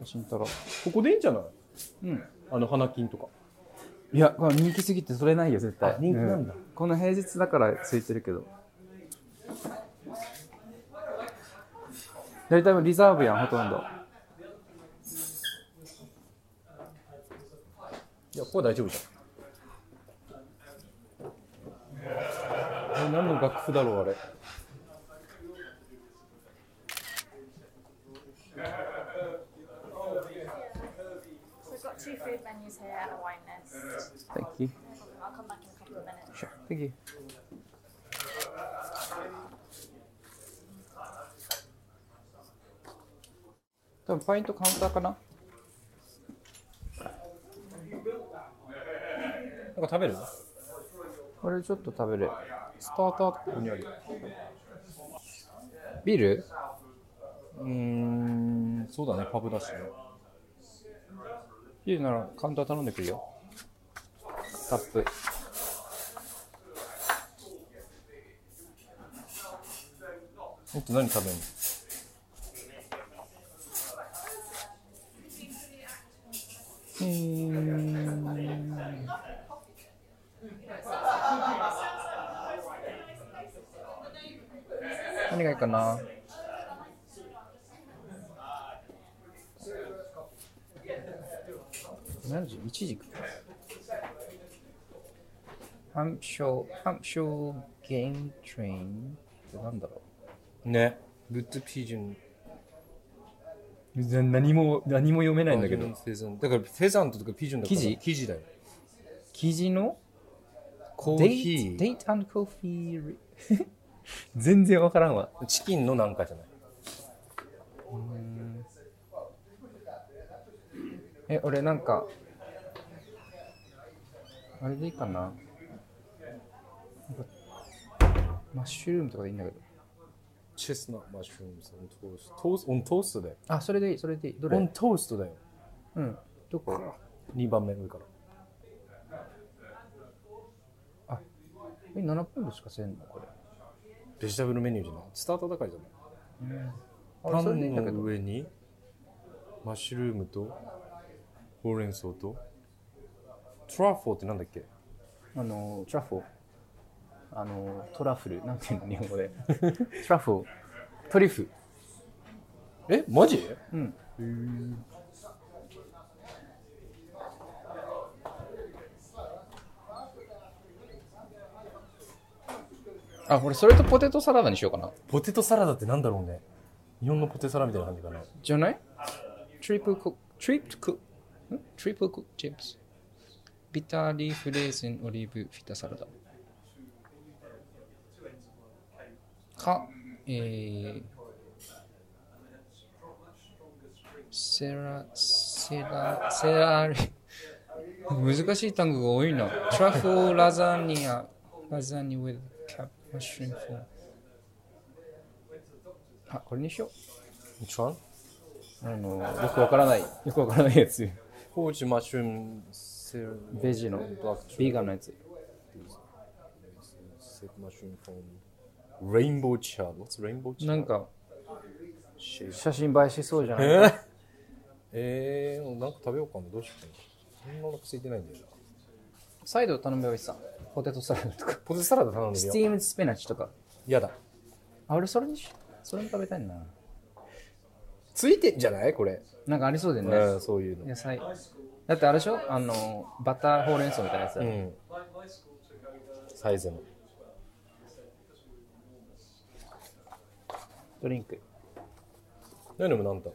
写真撮ろ。
ここでいいんじゃないう
うん。
あの、花金とか。
いや、これ人気すぎてそれないよ、絶対。
あ人気なんだ
うこの平日だからついてるけど。大体もうリザーブやん、ほとんど。
いや、ここは大丈夫じゃん。え何の楽譜だろう、あれ。
We've got two food menus here and a wine list.
Thank you.
I'll come back in a couple of minutes.
Thank you. 多分パイントカウンターかな
なんか食べる
これちょっと食べる。スターター、
ここにある。
ビール
うーん、そうだね、パブだしね。
ビールならカウンター頼んでくるよ。タップ。
もっと何食べるの
うーん何がいいかな何時 ?1 時か。ハンショー、ハンショーゲームトレインってなんだろ
ね。グッドピジョン。
う何も、何も読めな
ないんだけど。。だから、フェザントとかピジョンだから。
生地
生地だよ。
記事の
コー
デ
ヒ
ート、デ
ー。
ートコーヒー。 [laughs] 全然わからんわ。
チキンのなんかじゃない。
え、俺なんか、あれでいいかななんかマッシュルームとかでいいんだけど。
チェスナットマッシュルームズ、オントースト。トースト、オントーストだよ。
あ、それでいい、それでいい。ど
オ
れ
ントーストだよ。
うん。どこ
2番目上から
え7ポンドしかせんのこれ
ベジタブルメニューじゃないスタート高いじゃない
あ
パ
れそれでいい
ン
んだけ
の
ど
上にマッシュルームとほうれん草とトラフォーってなんだっけ
あのトラフォーあのトラフルなんていうの日
[laughs]
本語でトラフォートリュフ
えマジ
うん
あ、俺それとポテトサラダにしようかな。
ポテトサラダってなんだろうね日本のポテサラみたいな感じかな
じゃないトリプルコ、トリプルコ、んトリプルコチップス。ビターリーフレーズンオリーブフィタサラダ。か、えー、セラ、セラ、セラリ、難しい単語が多いな。トラフォーラザニア、ラザニア with cap mushroom for。あ、これにしよう。
Which one?
あのよくわからないよくわからないやつ
ポーチマッシュルームセル
ベジのビーガンのやつ
セルマッシュルームフォームレインボーチャード What's レインボーチャード
なんか、
写真映えしそうじゃない
えー、なんか食べようかなどうしようかなそんなお腹空いてないんだよな
サイド頼めばいいさポテトサラダとか
ポテトサラダ頼んでみ
ス
よ
ティームスピナッチとか
うやだ
あ俺それにしそれも食べたいな
ついてんじゃないこれ
なんかありそうでね、
うんそういうの
野菜だってあれでしょあのバターほうれん草みたいなやつ、
うんサイズの
ドリンク
何でもなんだ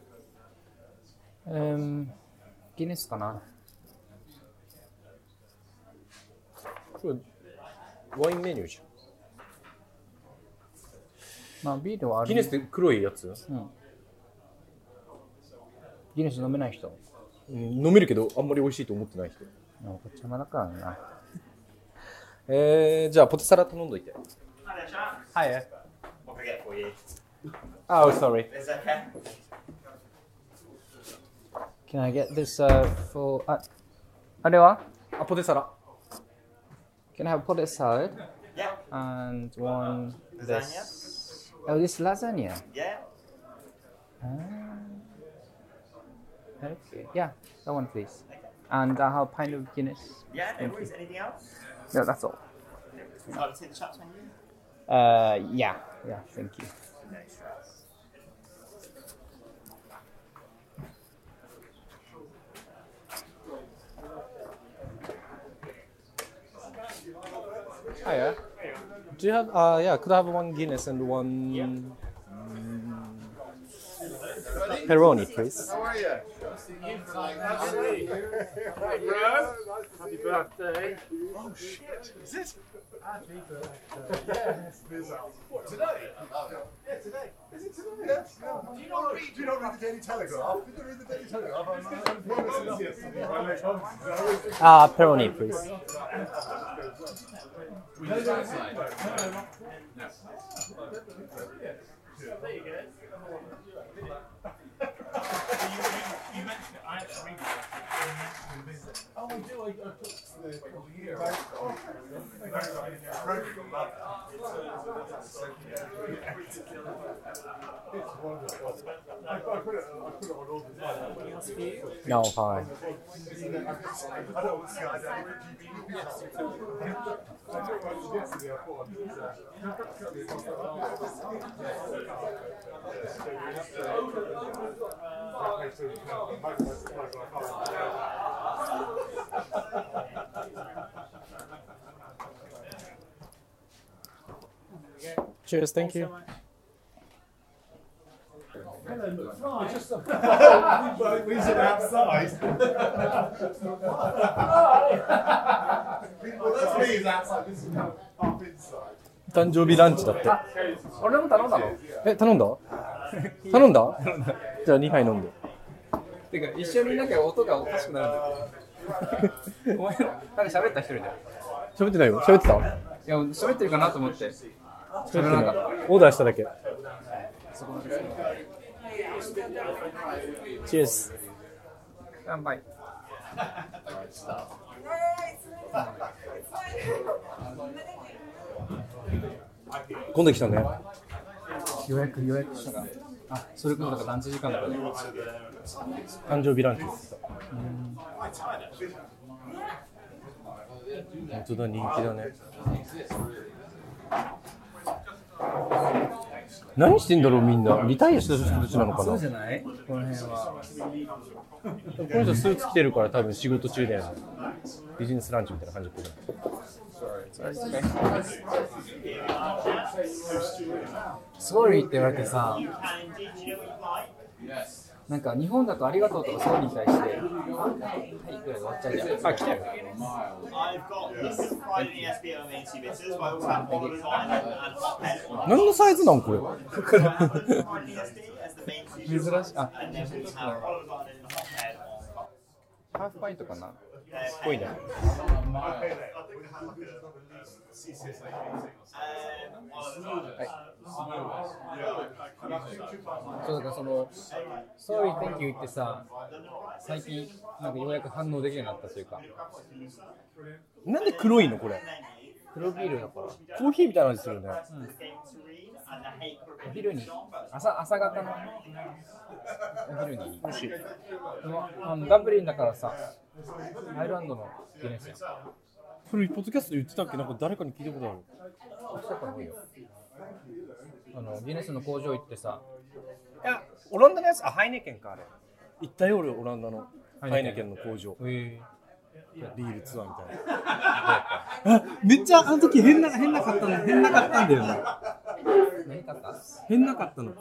うーんギネスかな
これワインメニューじゃ
まあビールは
ん
ある
ギネスって黒いやつ、
ギネス飲めない人
うん、飲めるけどあんまり美味しいと思ってない人
なんかこっち邪魔だからな
えー、じゃあポテサラ頼んどいて
Hiya
What can I get for you?
Oh sorry
Is that okay?
Can I get this uh, for ああれは
あポテサラ
Can I have potato salad
Yeah.
and one
Lasagna?
Oh this lasagna
Yeah.
Okay Yeah that one please And I'll have a pint of Guinness
Yeah, no worries. Anything else?
No that's all
Would you like to see the chat menu?
Uh yeah Yeah thank you
No stress.
Hiya Do you have uh yeah could I have one Guinness and one Peroni, please.
Do you not read the Daily Telegraph? Did you read the Daily Telegraph?
Ah, Peroni, please. No, fine. Cheers, thank you.
We sit outside. Well, that's me is outside. This is up inside.
誕生日ランチだって。
俺も頼んだの
[laughs] え、頼んだ頼んだ [laughs] じゃあ2杯飲んで。
てか一緒にいなきゃ音がおかしくなるんだよお前らなんか喋った一人でい
喋ってないよ。喋ってた
や喋ってるかなと思って喋らなかっ
オーダーしただけ。
た乾杯
今度来たね。
予約予約したらあそれこそだからランチ時間だから
誕生日ランチです。本当だ、人気だね。何してんだろう、みんな。リタイアした人たちなのかな。こ
ゃないこの辺は
の人スーツ着てるから、多分仕事中だよね。ビジネスランチみたいな感じで来る。
ソーリーって言われてさなんか日本だとありがとうとかソーリーに対してはいいくらで終わっちゃうじゃんあ来たよ
I've got this is Friday E SBO on 80 bits. This is why I also have one design and hot pet.
何のサイズなん、これ。
Friday E SD as the main feature,
珍しいあ
and then we'll have Olive Garden and hot pet on top.
ハーフパイントかな
ぽいな。
Um, Olive Garden.
そうだからそのソーリー Thank you ってさ最近なんかようやく反応できるようになったというか
なんで黒いの、これ。
黒ビールだから
コーヒーみたいな味するね。
お昼に朝朝方のお昼に美味しいあのダブリンだからさアイルランドのビジネスや
それ、ポッドキャストで言ってたっけなんか誰かに聞いたことある。
こっちとかの方がいいよあのビジネスの工場行ってさ
いや、オランダのやつ、あ、ハイネケンか、あれ。行ったよ、俺、オランダの。ハイネケンの工場。
え
ビールツアーみたいな。
めっちゃあの時変な変なかったの変なかったんだよね
ー、何買った
変なかったの、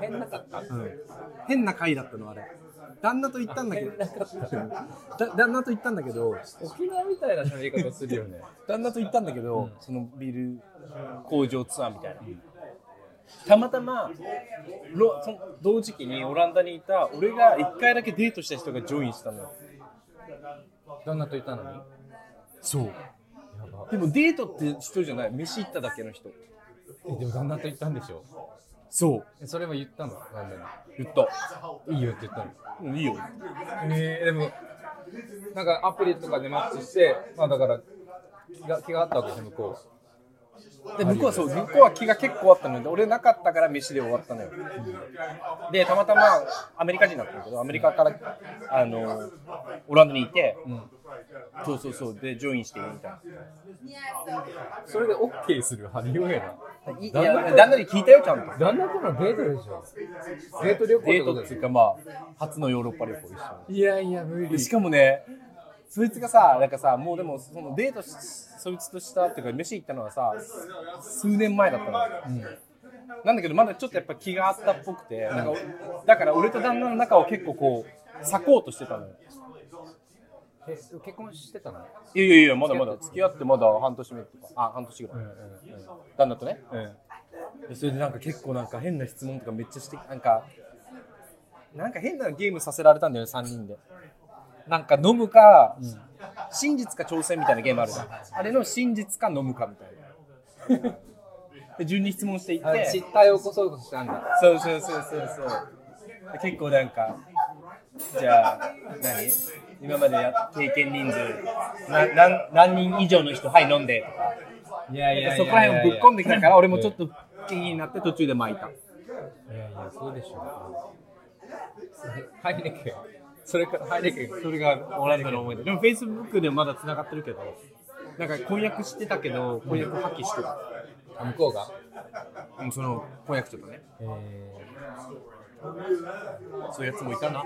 変なかった
うん、変な回だったのあれ旦那と行ったんだけど [laughs] だ旦那と行ったんだけど
沖縄みたいな喋り方するよね
旦那と行ったんだけど、そのビール工場ツアーみたいな、たまたまロその同時期にオランダにいた俺が1回だけデートした人がジョインしたのよ
旦那といたのに
そうでもデートって人じゃない飯行っただけの人
えでも旦那と行ったんでしょ
そ
えそれは言ったの
う
旦那
言った
にいいよって言ったの
うんいいよ
えー、でもなんかアプリとかでマッチしてまあだから気が気があったわけでしょ向こう
で向こうはそう向こうは気が結構あったので俺なかったから飯で終わったのよ、でたまたまアメリカ人だったんだけどアメリカからあのオランダにいて、そうそうそうでジョインしてみたいな
それで OK する張り上ない
いや旦那に聞いたよちゃんと
旦那とのデートでしょデート旅行っ
デ
て
ー
こ
ト
と
っ
で
て
す
いう
か
かまあ初のヨーロッパ旅行一緒
いやいや無
にでしかもねそいつがさなんかさもうでもそのデートしそいつとしたっていうか飯行ったのはさ数年前だったの、なんだけどまだちょっとやっぱ気があったっぽくてなんかだから俺と旦那の仲を結構こう裂こうとしてたのよ
え結婚してたの
いやいやいやまだまだ付き合ってまだ半年目とかあ半年ぐらい、旦那とね、でそれでなんか結構なんか変な質問とかめっちゃしてなんかなんか変なゲームさせられたんだよね3人でなんか飲むか、真実か挑戦みたいなゲームあるじゃんあれの真実か飲むかみたい [laughs] なで順に質問していって
あ失態を起こそうとしたんだ
そうそうそうそうそう。結構なんか、じゃあ、何今までや経験人数な何、何人以上の人、はい、飲んでとか、
いや
なん
いや
かそこら辺をぶっ込んできたから、俺もちょっと気になって途中で巻いた。
いやいやそうでしょハイネケンそれからハイネケン
それがオランダの思い出。でも、Facebook でもまだ繋がってるけど、なんか婚約してたけど、婚約破棄してた。
あ向こうが
うん、その婚約者とね。
え
そういうやつもいたな。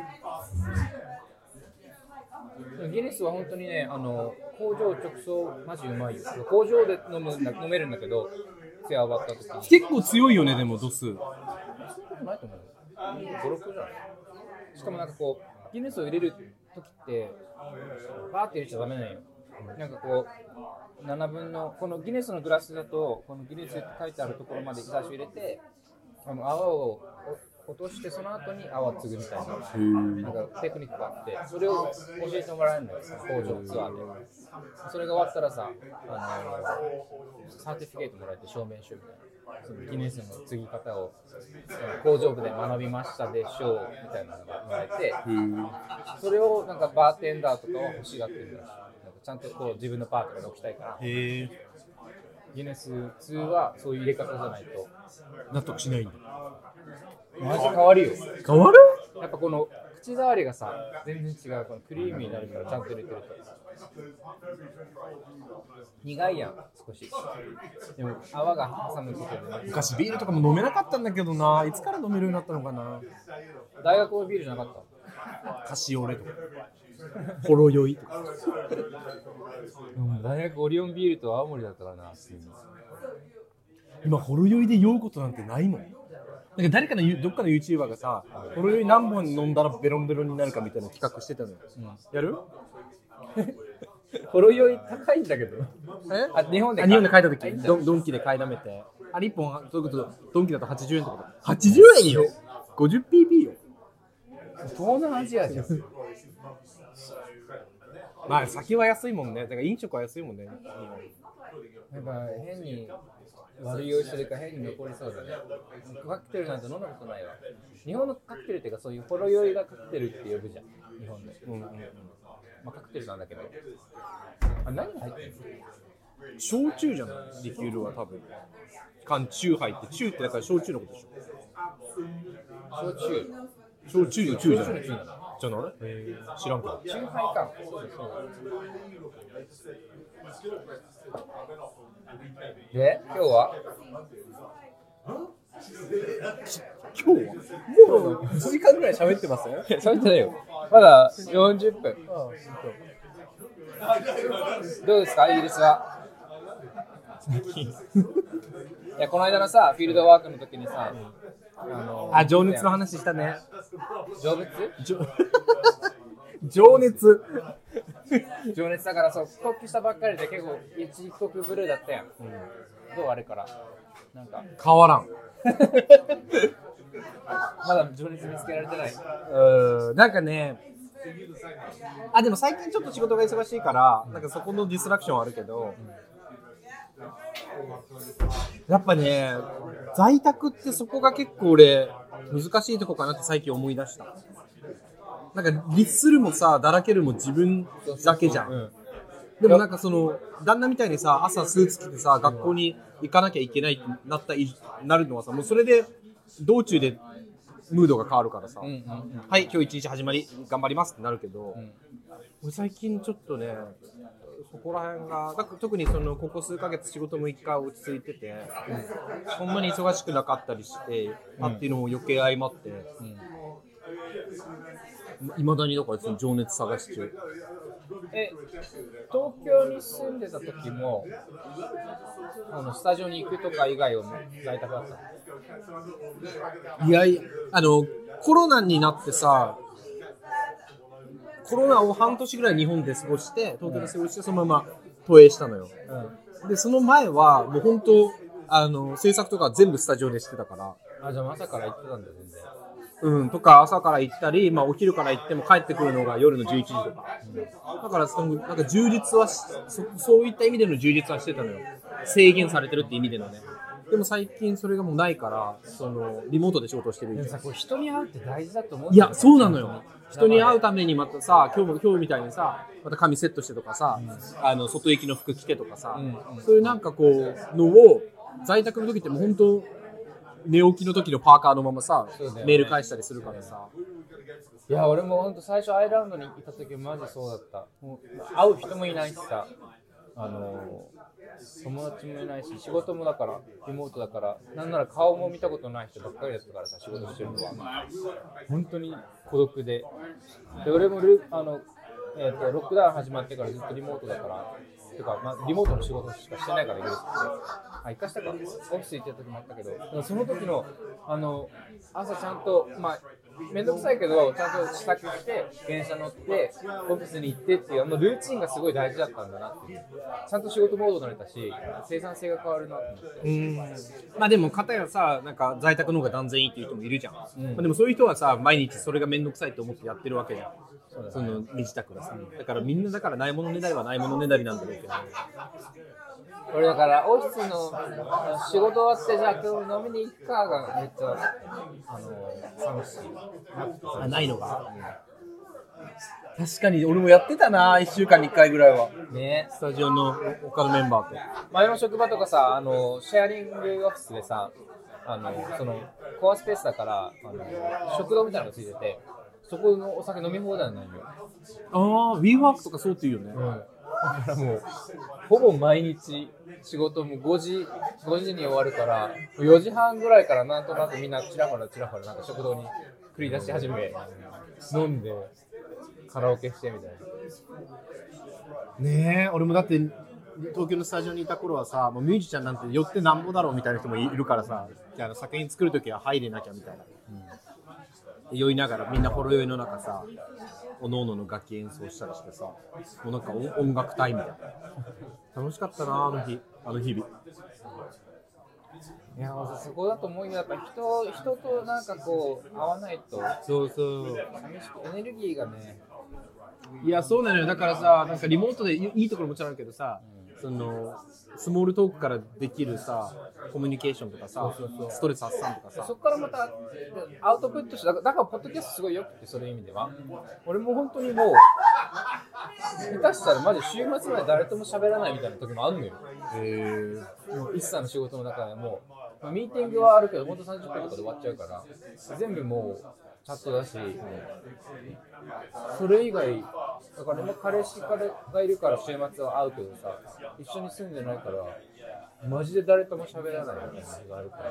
ーギネスは本当にねあの工場直送マジうまいよ工場で飲むんだ飲めるんだけどツアー終わった時に
結構強いよね、でも、度数。
ないと思う五六じゃないしかもなんかこうギネスを入れる時ってバーって入れちゃダメなんよなんかこう7分のこのギネスのグラスだとこのギネスって書いてあるところまで最初入れてあの泡を落としてその後に泡継ぐみたいな
ー
なんかテクニックがあってそれを教えてもらえるのよ工場ツアーでそれが終わったらさあのサーティフィケートもらえて証明書みたいなそのギネスの継ぎ方を工場部で学びましたでしょうみたいなのがもらえてそれをなんかバーテンダーとかは欲しがってるらしいなんかちゃんとこう自分のパートナーが置きたいから
へえ
ギネス2はそういう入れ方じゃないと
納得しないんだ
マジ変わるよ
変わる
やっぱこの口触りがさ全然違うこのクリーミーになるからちゃんと入れてると苦いやん少しでも泡が挟むことでなんか
昔ビールとかも飲めなかったんだけどないつから飲めるようになったのかな
大学のビールじゃなかっ
カシオレとかほろ酔いとか
た、大学オリオンビールと青森だったからな
今ほろ酔いで酔うことなんてないもんなんか誰かのゆどっかの YouTuber がさほろ酔い何本飲んだらベロンベロンになるかみたいな企画してたのよ、やる
ほろ酔い高いんだけど
え
あ日本で
あ日本で買えた時ドンドンキで買いだめてあれ1本そういうことドンキだと80円とか80円よ 50pb よ
東南アジアじゃん
まあ酒は安いもんねだから飲食は安いもんね
なんか変に悪酔いしてるか変に残りそうだね。カクテルなんて飲んだことないわ。日本のカクテルっていうかそういうほろ酔いがカクテルって呼ぶじゃん。日本で。うんうんうん。まあカクテルなんだけど。あ何が入ってる
焼酎じゃないリキュールは多分缶酎ハイって酎ってだから焼酎のことでしょ
の焼酎。
焼酎の酎じゃない
焼酎の酎な
じゃない知らんか
酎ハイか。そうそうで、今日は
今日はもう1時間ぐらい喋ってません
いや喋ってないよ。まだ40分。どうですか、イギリスは。いや、この間のさ、フィールドワークの時にさ、あの
あ情熱の話したね
情熱
じょ情熱
情熱だからそう、帰国したばっかりで結構、一時帰国ブルーだったやん。どうあれから。なんか、
変わらん
まだ情熱見つけられてない。
うんなんかね、あでも最近ちょっと仕事が忙しいから、なんかそこのディストラクションはあるけど、やっぱね、在宅ってそこが結構俺、難しいとこかなって最近思い出した。なんか律するもさ、だらけるも自分だけじゃん。でもなんかその旦那みたいにさ朝スーツ着てさ学校に行かなきゃいけないってなったいなるのはさもうそれで道中でムードが変わるからさ、はい今日一日始まり頑張りますってなるけど、俺最近ちょっとねそこら辺がだ特にそのここ数ヶ月仕事も一回落ち着いてて、そんなに忙しくなかったりして、あっていうのも余計相まって。いまだにだからその情熱探し中
え、東京に住んでた時も、あのスタジオに行くとか以外はもう在宅だったの
いやいや、あの、コロナになってさ、コロナを半年ぐらい日本で過ごして、東京で過ごして、そのまま投影したのよ。で、その前は、もう本当、あの、制作とか全部スタジオでしてたから、
あ、じゃあ朝から行ってたんだ、全然。
うん、とか朝から行ったり、まあ、お昼から行っても帰ってくるのが夜の11時とか、だからそのなんか充実はしそそういった意味での充実はしてたのよ制限されてるって意味でのねでも最近それがもうないからそのリモートで仕事をしてる以上
でもさ、これ人に会うって大事だと思うん
い
だよ
や、
ね
そうなのよ。人に会うためにまたさ、今日も今日みたいにさ、また髪セットしてとかさ、あの外行きの服着てとかさ、そういうなんかこうのを在宅の時ってもう本当寝起きの時のパーカーのままさ、
そうだよね
メール返したりするからさ、
いや、俺も本当最初アイルランドに行った時マジそうだった。もう会う人もいないしさ、あの友達もいないし、仕事もだから、リモートだから、なんなら顔も見たことない人ばっかりだったからさ、仕事してるのは。本当に孤独で。で、俺もルあの、えー、とロックダウン始まってからずっとリモートだから、てか、まあ、リモートの仕事しかしてないから、イギリスって。あ、一回したか、オフィス行ってた時もあったけど、でもその時の、あの、朝ちゃんと、まあ、めんどくさいけど、ちゃんと支度して、電車乗って、オフィスに行ってっていう、あのルーチンがすごい大事だったんだなっていう。ちゃんと仕事モードになれたし、生産性が変わるなって思って。
うんまあでも、片やさ、なんか在宅の方が断然いいっていう人もいるじゃん。まあでもそういう人はさ、毎日それがめんどくさいと思ってやってるわけじゃん。その身支度がさ。だからみんなだからないものねだりはないものねだりなんだろうけど。
俺だから、オフィスのあの仕事終わって、じゃあ今日飲みに行くかがめっちゃ、あの、寂しい。
あないのが、確かに俺もやってたな1週間に1回ぐらいは
ね
スタジオの他のメンバーと
前の職場とかさあのシェアリングオフィスでさあのそのコアスペースだからあの食堂みたいなのがついててそこのお酒飲み放題なんよ、
ああ WeWork とかそうっていうよね、
だからもうほぼ毎日仕事も5時5時に終わるから4時半ぐらいからなんとなくみんなちらほらちらほらなんか食堂に繰り出し始め飲んでカラオケしてみたいな
ねえ俺もだって東京のスタジオにいた頃はさもうミュージシャンなんて寄ってなんぼだろうみたいな人もいるからさあの作品作る時は入れなきゃみたいな、で酔いながらみんなほろ酔いの中さおのおのの楽器演奏したりしてさもうなんか音音楽隊みたいな楽しかったなあの日あの日々
いやそこだと思うよやっぱ人人となんかこう合わないと
そうそう
寂しくエネルギーがね
いや、そうなのよ。だからさ、なんかリモートでいいいところもちろんあるけどさ、その、スモールトークからできるさ、コミュニケーションとかさ、ストレス発散とかさ
そ、こからまたアウトプットしてだからだからポッドキャストすごいよくてその意味では俺も本当にもう下手したらマジ週末まで誰とも喋らないみたいな時もあるのよもう一切の仕事の中でもまあミーティングはあるけど本当30分とかで終わっちゃうから全部もうチャットだし、それ以外だから今彼氏彼がいるから週末は会うけどさ一緒に住んでないからマジで誰とも喋らないみたいな時があるから。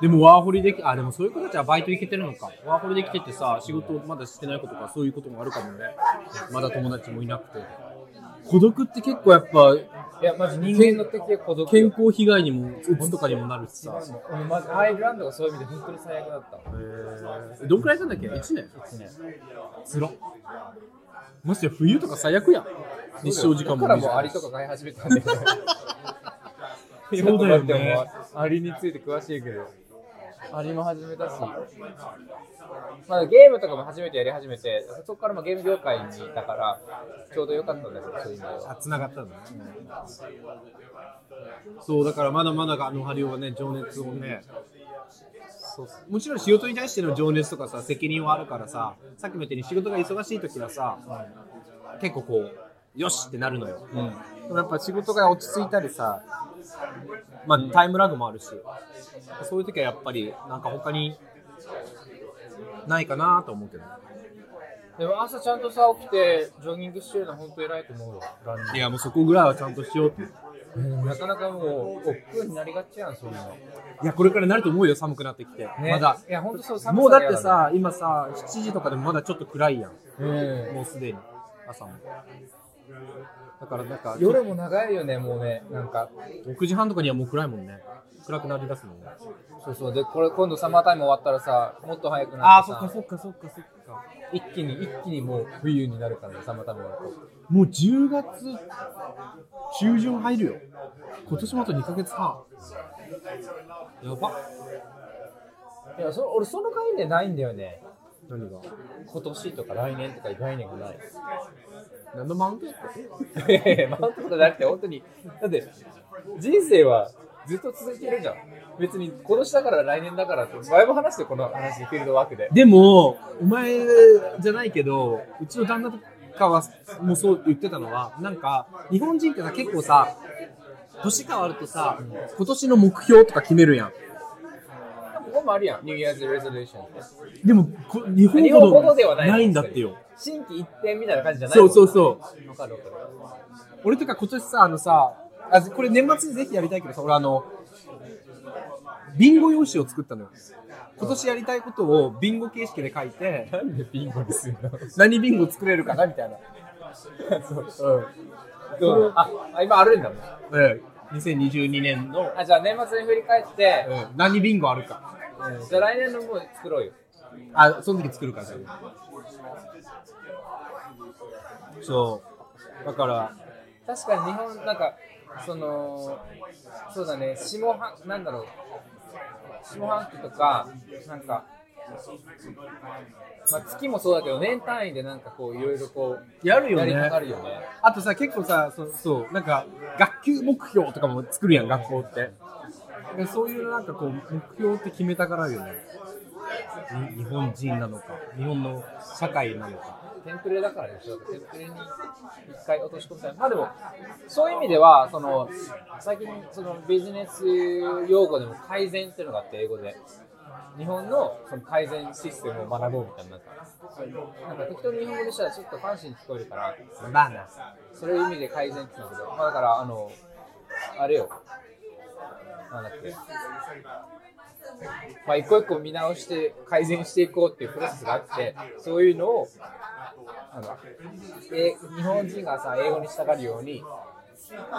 でもワーホリでき、あ、でもそういう子たちはバイト行けてるのか。ワーホリできててさ、仕事まだしてない子とか、そういうこともあるかもね。まだ友達もいなくて。孤独って結構やっぱ、
いや、まず人間の的な孤独
健
よ。
康被害にも、うつとかにもなるしさ。
俺まずアイルランドがそういう意味で本当に最悪だった。
どんくらいなんだっけ ?1 年
一年
つら。ましてや冬とか最悪やん。日照時間も
だからもう
短
ア
い
リとか飼い始めたんで。
そうだよね
今となってもアリについて詳しいけど。アリも始めたし、 [laughs] まあ、ゲームとかも初めてやり始めて、そこからまあゲーム業界にいたから、ちょうど良かったんだけど、そういう意味では。
つながったんだね、そうだからまだまだあのハリオはね情熱をねそうもちろん仕事に対しての情熱とかさ責任はあるからささっきも言ったように仕事が忙しい時はさ、結構こうよしってなるのよ、でもやっぱ仕事が落ち着いたりさまあタイムラグもあるし、そういう時はやっぱりなんか他にないかなと思うけど
でも朝ちゃんとさ、起きてジョギングしてるのは本当偉いと思うわ。ランニング
いやもうそこぐらいはちゃんとしようって
なかなかもう、億劫になりがちやん、そういうの。
いやこれからなると思うよ寒くなってきて、まだ
いや、本当そう、寒
もうだ
さ
っ
が
て
嫌ね、
さ、今さ、7時とかでもまだちょっと暗いやん、
うん
もうすでに、朝も。だからなんか、
夜も長いよね、もうね、なんか、
6時半とかにはもう暗いもんね、暗くなりだすもんね。
そうそう、で、これ、今度サマータイム終わったらさ、もっと早くな
ああ、
って
そっ
さ、
かそっかそっかそっか。
一気に、一気にもう冬になるからね、サマータイム終わると。
もう10月中旬入るよ。今年もあと2ヶ月半。やば。
いや、そ俺、その概念ないんだよね。
何が
今年とか来年とか概念がない。
何のマウントやった
いやい [laughs] やマウントとかじゃなくて、本当に、だって、人生はずっと続いてるじゃん。別に、今年だから来年だからって、前も話して、この話、フィールドワークで。
でも、お前じゃないけど、うちの旦那とかはもうそう言ってたのは、なんか、日本人ってさ、結構さ、年変わるとさ、今年の目標とか決めるやん。
ここもあるやん、ニューイヤーズ・レゾリューションって。
でも、こ日本
日本ほどではない
ないんだってよ。
新規一点みたいな感じじゃない
そうそうそう。
う。わかるわかる。
俺とか今年さ、あのさ、あこれ年末にぜひやりたいけどさ、俺あの、ビンゴ用紙を作ったのよ。今年やりたいことをビンゴ形式で書いて、
なんでビンゴにするの
何ビンゴ作れるかなみたいな。
うんあ、あ今あるんだもん。
うん。2022年の、
あ、じゃあ年末に振り返って、
うん、何ビンゴあるか。
じゃあ来年のもう作ろうよ。
あ、その時作るからじゃあそう。だから、
確かに日本なんかそのそうだね下半なんだろう下半期とかなんか、まあ、月もそうだけど年単位でなんかこういろいろこう
やるよね
やりたがるよね
あとさ、結構さ、そそう、なんか、学級目標とかも作るやん、学校って。でそういうなんかこう、目標って決めたからよね。に日本人なのか、日本の社会なのか。
テンプレだからでしょテンプレに一回落とし込みたいまあでもそういう意味ではその最近そのビジネス用語でも改善っていうのがあって英語で日本のその改善システムを学ぼうみたいになったなんか適当に日本語でしたらちょっとファンシーに聞こえるから
まあな。
それを意味で改善って言うんだけど、まあ、だからあのあれよなんだっけまあ一個一個見直して改善していこうっていうプロセスがあってそういうのをあのえ日本人がさ英語にしたがるように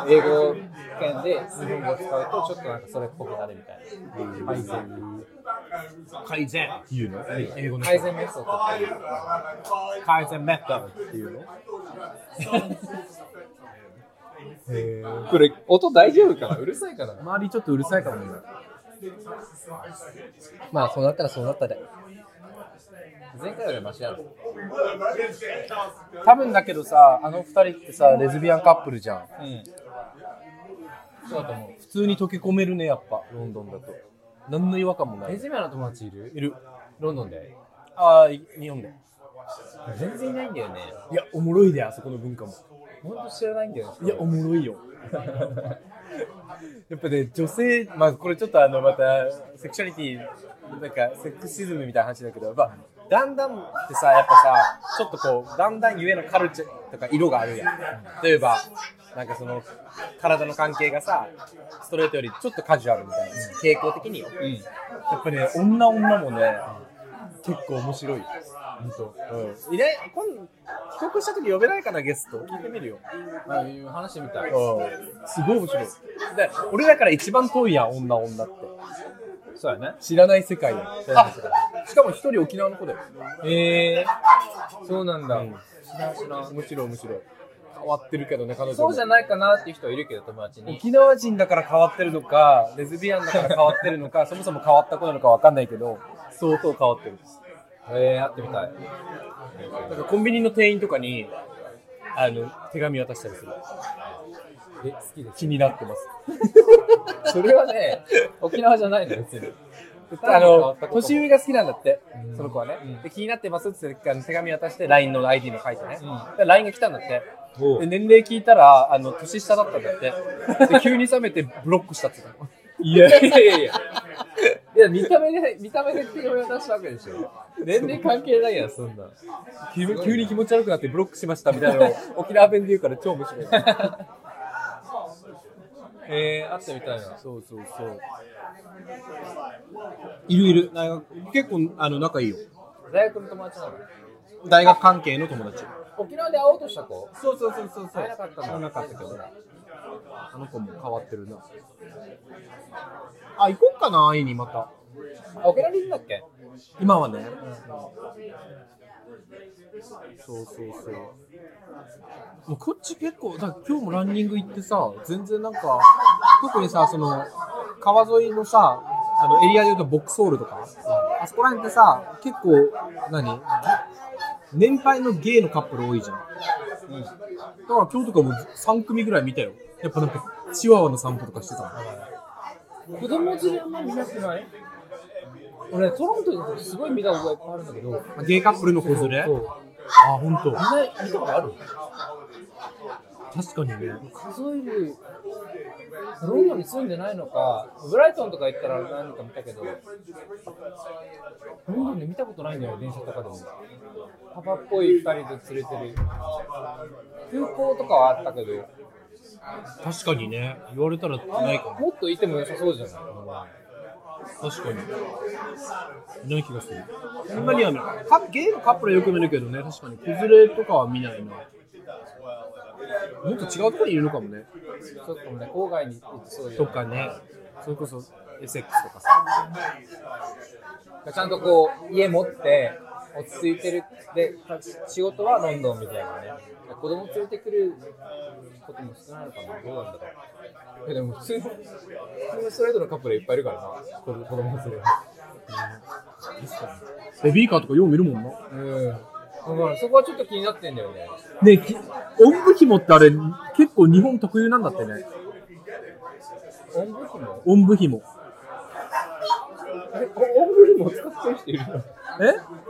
英語圏で日本語を使うとちょっとなんかそれっぽくなるみたいな改善
改善っていうの英語の
改善メソッドっていう
改善メタルっていうのえー
これ音大丈夫かなうるさいかな
周りちょっとうるさいかもね。
まあそうなったらそうなったで。
前回よりはマシだろ
多分だけどさ、あの二人ってさ、レズビアンカップルじゃん。
うん
そうだと思う。普通に溶け込めるね、やっぱ、ロンドンだと。何の違和感もな
ネ
い。
ズミの友達いる
いる。
ロンドンで
ああ、い日本で。
全然いないんだよね
いや、おもろいで、あそこの文化も。
本当知らないんだよ
いや、おもろいよ。 [laughs] やっぱね、女性、まあ、これちょっとあの、また、セクシャリティ、なんか、セクシズムみたいな話だけど、やっぱ、だんだんってさ、やっぱさ、ちょっとこう、だんだんゆえのカルチャーとか色があるやん。例えば、なんかその、体の関係がさ、ストレートよりちょっとカジュアルみたいな、傾向的によ。やっぱね、女女もね、結構面白いよ。本当。うん。いない、今度、帰国した時呼べないかな、ゲスト。聞いてみるよ。
まあいう話みたい
すごい面白い。で俺だから一番遠いやん、女女って。
そうやね
知らない世界やん。あしかも一人沖縄の子だよ。
ええそうなんだ、
面白い面白い。変わってるけどね、彼女も
そうじゃないかなっていう人はいるけど友達に
沖縄人だから変わってるのか、レズビアンだから変わってるの [laughs] か、そもそも変わった子なのかわかんないけど、相当変わってる。
ええ会ってみたい
なんかコンビニの店員とかに、あの、手紙渡したりする。
え好きです
気になってます。
それはね沖縄じゃないの別に
あ
変わ
の
った、ことも
年上が好きなんだって、その子はね。で、気になってますって言ってあの手紙渡して、LINE の ID も書いてね。で LINE が来たんだって。で、年齢聞いたら、あの、年下だったんだって。で、急に冷めてブロックしたって言ったの。
[laughs] いやいやいやいやいや見た目で見た目で手紙を出したわけでしょ年齢関係ないやんそんな
急に急に気持ち悪くなってブロックしましたみたいなのを沖縄弁で言うから超面
[laughs]
白い。
ええ会ってみたいな
そうそうそう。いるいる。大学結構、 [laughs] あの、仲いいよ。
大学の友達なの
大学関係の友達。
沖縄で会おうとした子
そうそうそうそう。
会えなかったの
なかったけど。あの子も変わってるな。あ、行こうかな、会いにまた。
あ沖縄にいるんだっけ
今はね、そうそうそうもうこっち結構だから今日もランニング行ってさ全然なんか特にさその川沿いのさあのエリアでいうとボックソールとか、あそこら辺ってさ結構何年配のゲイのカップル多いじゃん、だから今日とかも3組ぐらい見たよやっぱなんかチワワの散歩とかしてたの
子供連れあんま見なくない俺トロントの時すごい見た覚えいっぱいあるんだけど
ゲイカップルの子連れ
そう
あ本当
みんな見たことある
確かにね
数えるロンドンに住んでないのかブライトンとか行ったら何か見たけどロンドンで見たことないんだよ電車とかでもパパっぽい2人で連れてる空港とかはあったけど
確かにね言われたらないか
もっといても良さそうじゃない
も確かにない気がするそんなにはないカゲイのカップルはよく見るけどね確かに子連れとかは見ないなもっと違うとこにいるのかもね
ちょっとね郊外に行ってそうじゃ
と
ない
かねそれこそエセックスとかさ
ちゃんとこう、家持って、落ち着いてる。で、仕事はロンドンみたいなね。子供連れてくることも少ないのかなどうなんだろう。いやでも普通の、普通のストレートのカップルいっぱいいるからな。子子供連れは。
ベビーカーとかよう見るもんな。
うん。だからそこはちょっと気になってんだよね。
ねえき、おんぶ紐ってあれ、結構日本特有なんだってね。
おんぶ紐
おんぶ紐。
え、おんぶ紐使ってる人いるの
え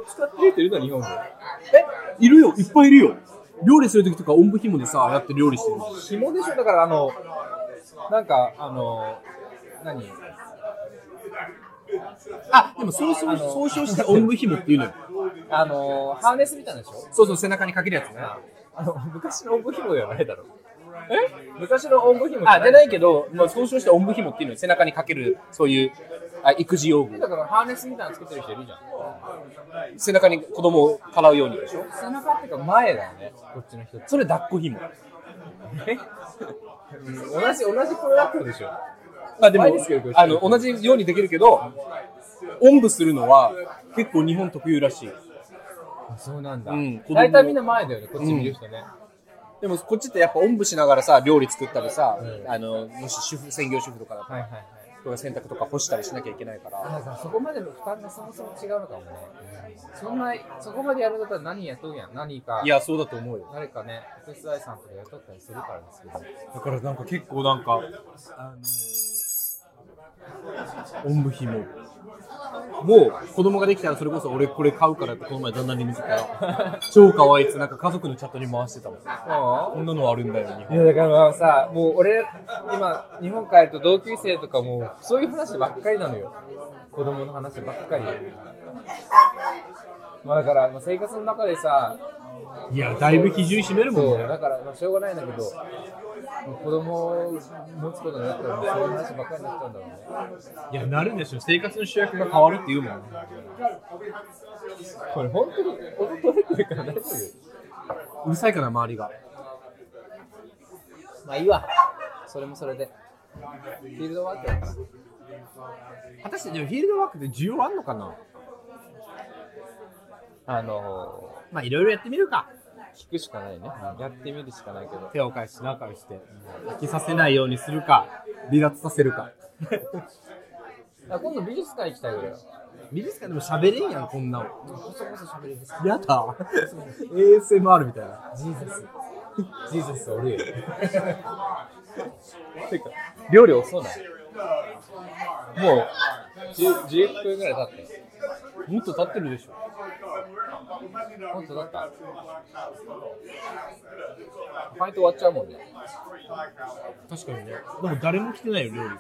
使ってる人いるの日本で。
いるよ、いっぱいいるよ。料理するときとか、おんぶ紐でさ、やって料理してる。
紐でしょだからあのなんかあの何
あ、でも総称、総称しておんぶ紐っていうのよ。
あのハーネスみたいなんでしょ
そうそう、背中にかけるやつね。
あの昔のおんぶ紐ではないだろえ昔のおんぶ紐
あ、じゃないけど、まあ、総称しておんぶ紐っていうのよ背中にかける、そういう、あ育児用具。
だからハーネスみたいなのつけてる人いるじゃん
背中に子供をからうようにでしょ
背中っていうか前だよねこっちの人
それ抱っこ紐。
え同じ同じプロダクトでしょ
まあでも
前ですけどこれ、
あの、同じようにできるけど、おんぶするのは結構日本特有らしい。
あそうなんだ、
うん子供
大体みんな前だよねこっち見る人ね、
でもこっちってやっぱおんぶしながらさ、料理作ったりさ、
うん
あの、もし主婦、専業主婦とかだった
はい
ら、
はいはい
とか洗濯とか干したりしなきゃいけないから、
あだからそこまでの負担がそもそも違うのかもね、そんなそこまでやるんだったら何雇うやん何か
いや、そうだと思うよ。
誰かね、お手伝いさんとか雇ったりするからですけど、
だからなんか結構なんか、あのおんぶ紐。もう子供ができたらそれこそ俺これ買うからってこの前旦那に見せた [laughs] ら、超可愛いっつってなんか家族のチャットに回してたもん。こんなのあるんだよ、日
い
本。
やだからさ、もう俺、今、日本帰ると同級生とかも、そういう話ばっかりなのよ、子供の話ばっかり。まあ、だから、まあ生活の中でさ、
いや、だいぶ比重占めるもん
そう
ね。
だから、まあ、しょうがないんだけど、もう子供を持つことになったら、もうそういう話ばっかりになっちゃうんだろうね。
いや、なるんでしょ。生活の主役が変わるって言うもん。
これ、本当に音取れてるから大丈夫
うるさいから、周りが。
まあいいわ、それもそれで。フィールドワークだから。
果たして、でもフィールドワークって需要あんのかな
あのー、
まあ、いろいろやってみるか。
聞くしかないね、やってみるしかないけど
手を返し、品を返して。飽きさせないようにするか、離脱させる [laughs] か。
あ今度美術館行きたいぐらい
美術館でも喋れんやん、こんなの。
こそこそ喋りです
やだ。ASMR みたいな。
ジーザスジーザスおるよてか
料理遅
そうなんもう10 10分ぐらい経って
もっと経ってるでしょ。
本当だったファイト終わっちゃうもんね
確かにね。でも誰も来てないよ、料理。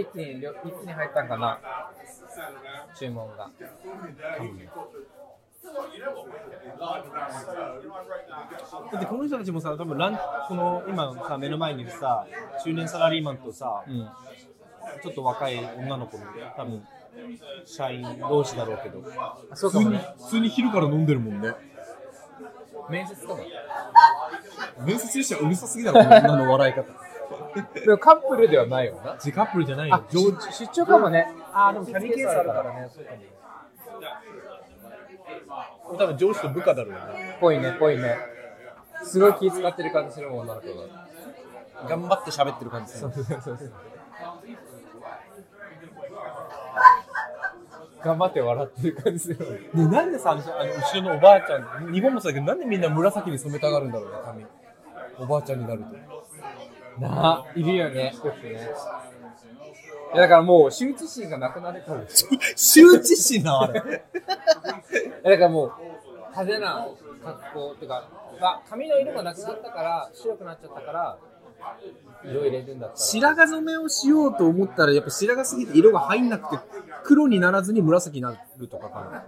一気にりょ一気に入ったんかな注文が
だってこの人たちもさ、多分ラン、この今さ、目の前にいるさ、中年サラリーマンとさ、
うん
ちょっと若い女の子も多分、社員同士だろうけど。
そうかもね
普通に昼から飲んでるもんね。
面接とか
面接してはうるさすぎだろ、女の笑い方。
でもカップルではないよな
ジカップルじゃない
あ
よ。
出出張かもねあでもキャ
リーケースあるから
ね
多分上司と部下だろうね。
ぽいねぽいねすごい気使ってる感じするもん女の子が
頑張って喋ってる感じする。
頑張って笑ってる感じするもん
ね、なんでさ、あのあの後ろのおばあちゃん、日本もそうだけど、なんでみんな紫に染めたがるんだろうね、髪。おばあちゃんになると。
なあいるよねねいやだからもう羞恥心がなくなるからでしょ
羞恥心な、あれ。
いやだからもう派手な格好っていうか、まあ、髪の色がなくなったから白くなっちゃったから色入れるんだったら
[laughs] 白髪染めをしようと思ったら、やっぱ白髪すぎて色が入んなくて、黒にならずに紫になるとかか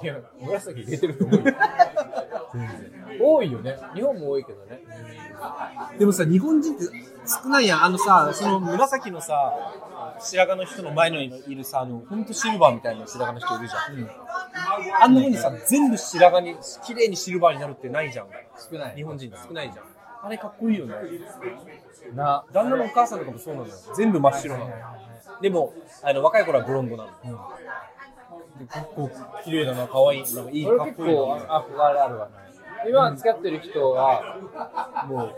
いや紫入れてると思うよ [laughs] 多いよね日本も多いけどね
な。でもさ、日本人って少ないやん。あのさ、その紫のさ、白髪の人の前のいるさ、あの、ほんとシルバーみたいな白髪の人いるじゃん。あんな風にさ、全部白髪に、綺麗にシルバーになるってないじゃん。
少ない
日本人少ないじゃん。あれかっこいいよね。
な
旦那のお母さんとかもそうなのよ。全部真っ白なの。でも、あの、若い頃はブロンドなの。で結構綺麗だな、可愛いなんかいい、
俺
かっ
結
こいいな。
構あ憧れあるわね今付き合ってる人はもう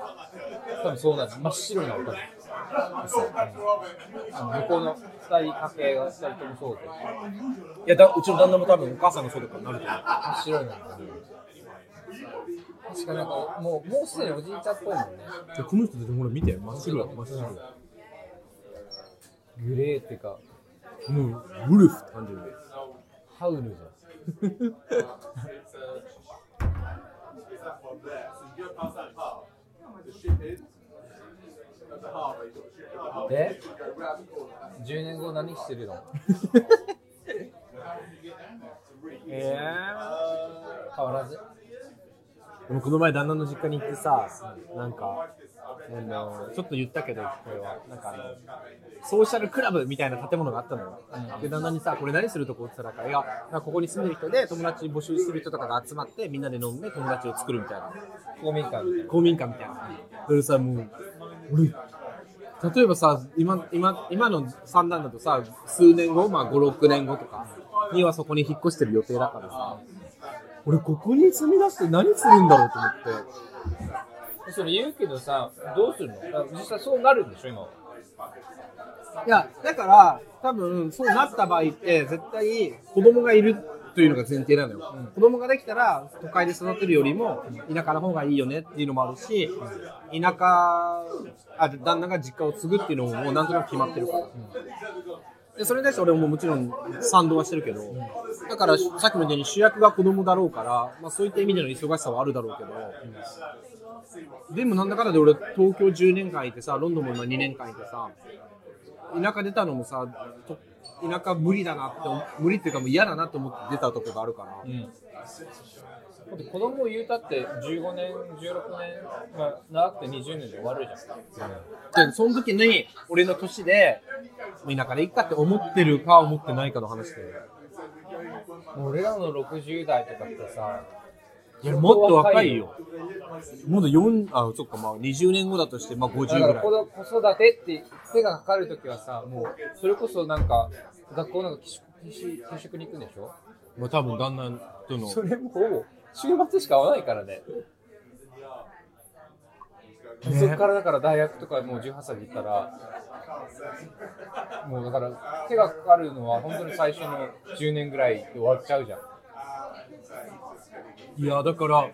多分そうなんです真っ白になったあの向こうの二人家系が二人ともそうで
いやだ、うちの旦那も多分お母さんのそうとかになると思う。
真っ白になった確かなんかもうもうすでにおじいちゃんっぽいもんね
でこの人たちほら見て、真っ白だ、真っ白だ。
グレーっていうか
もう、ウルフって感じで。
ハウルじゃんで10年後何してるのえー、変わらず
でもこの前旦那の実家に行ってさ、なんか、あのちょっと言ったけど、これは、なんかあの、ソーシャルクラブみたいな建物があったのよ。で、旦那にさ、これ何するとこって言ったら、いや、なんかここに住んでる人で友達募集してる人とかが集まって、みんなで飲んで友達を作るみたいな。
公民館みたいな
公民館みたいな。それさ、もう、俺、例えばさ、今、今、今の三段だとさ、数年後、まあ5、6年後とかにはそこに引っ越してる予定だからさ、俺ここに住み出して何するんだろうと思って。
それ言うけどさどうするのだから実際そうなるんでしょ今はい
や、だから、多分、そうなった場合って、絶対、子供がいるというのが前提なのよ。子供ができたら、都会で育てるよりも、田舎の方がいいよねっていうのもあるし、田舎、あ、旦那が実家を継ぐっていうのも、もうなんとなく決まってるから。でそれに対して俺ももちろん賛同はしてるけど、だからさっきも言ったように主役が子供だろうから、まあ、そういった意味での忙しさはあるだろうけど、でもなんだかんだで俺東京10年間いてさロンドンも今2年間いてさ田舎出たのもさと田舎無理だなって思無理っていうかもう嫌だなと思って出たとこがあるから、
だって子供を言うたって15年16年、まあ、長くて20年で終わるじゃん
でその時に俺の年でもう田舎でいっかって思ってるか思ってないかの話で
俺らの60代とかってさ
いやもっと若いよもっと4あそっかまあ20年後だとしてまあ50ぐ
だから
らい
この子育てって手がかかるときはさもうそれこそなんか学校なんか寄宿寄宿寄宿に行くんでしょ
まあ多分旦那との
それもう週末しか会わないからねそこからだから大学とかもう18歳で行ったらもうだから手がかかるのは本当に最初の10年ぐらいで終わっちゃうじゃん
いやだから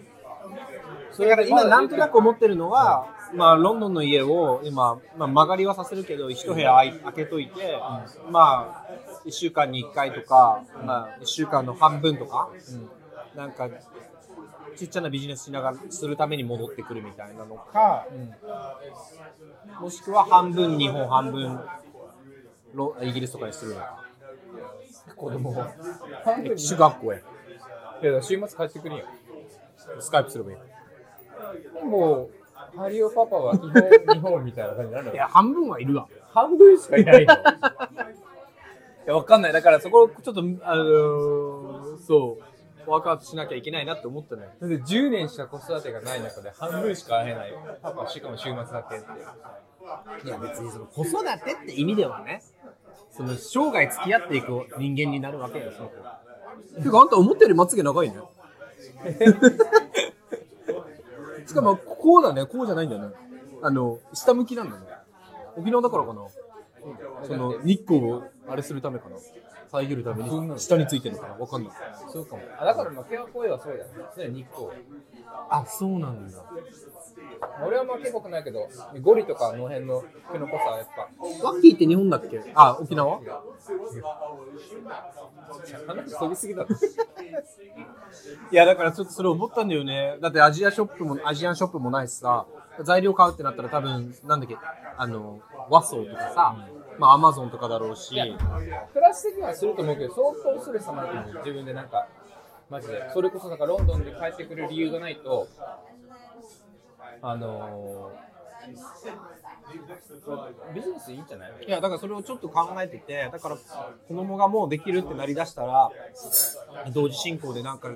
それか
今なんとな [laughs] く思ってるのは、まあ、ロンドンの家を今、まあ、曲がりはさせるけど一部屋あい開けといて、まあ1週間に1回とか、まあ、1週間の半分とか、なんかちっちゃなビジネスしながらするために戻ってくるみたいなのか、もしくは半分日本半分ロイギリスとかにするのか
子供を
え中学校へ
いや週末帰ってくるよ
スカイプすればいい
もうハリオパパは基本日本みたいな感じになるの
いや半分はいるわ
半分しかいないの
いや、わかんない。だからそこをちょっと、あのーそう、ワークアウトしなきゃいけないなって思ったのよ。
だって10年しか子育てがない中で半分しか会えないパパしかも週末だけって
いや、別にその子育てって意味ではね、その生涯付き合っていく人間になるわけよ、その子。てか、あんた思ったよりまつげ長い [laughs] ね。しかも、こうだね、こうじゃないんだね。あの、下向きなんだね。沖縄だからかな。その、日光をあれするためかな。遮るために、下についてるのかな。わかんない。
そうかもあだから負けは声はそうだねね日光
あ、そうなんだ。
俺は負けっぽくないけどゴリとかあの辺の毛の濃さはやっぱ
ワッキーって日本だっけあ、沖縄
話飛びすぎだろ
いや、だからちょっとそれ思ったんだよね。だってアジアショップも、アジアンショップもないしさ、材料買うってなったら多分、なんだっけ、あの、和装とかさ、まあアマゾンとかだろうし、
プラス的にはすると思うけど相当ストレス溜まると思う自分でなんかマジでそれこそなんかロンドンで帰ってくる理由がないとあのービジネスいいんじゃない
いや、だからそれをちょっと考えてて、だから子供がもうできるってなりだしたら、同時進行でなんか、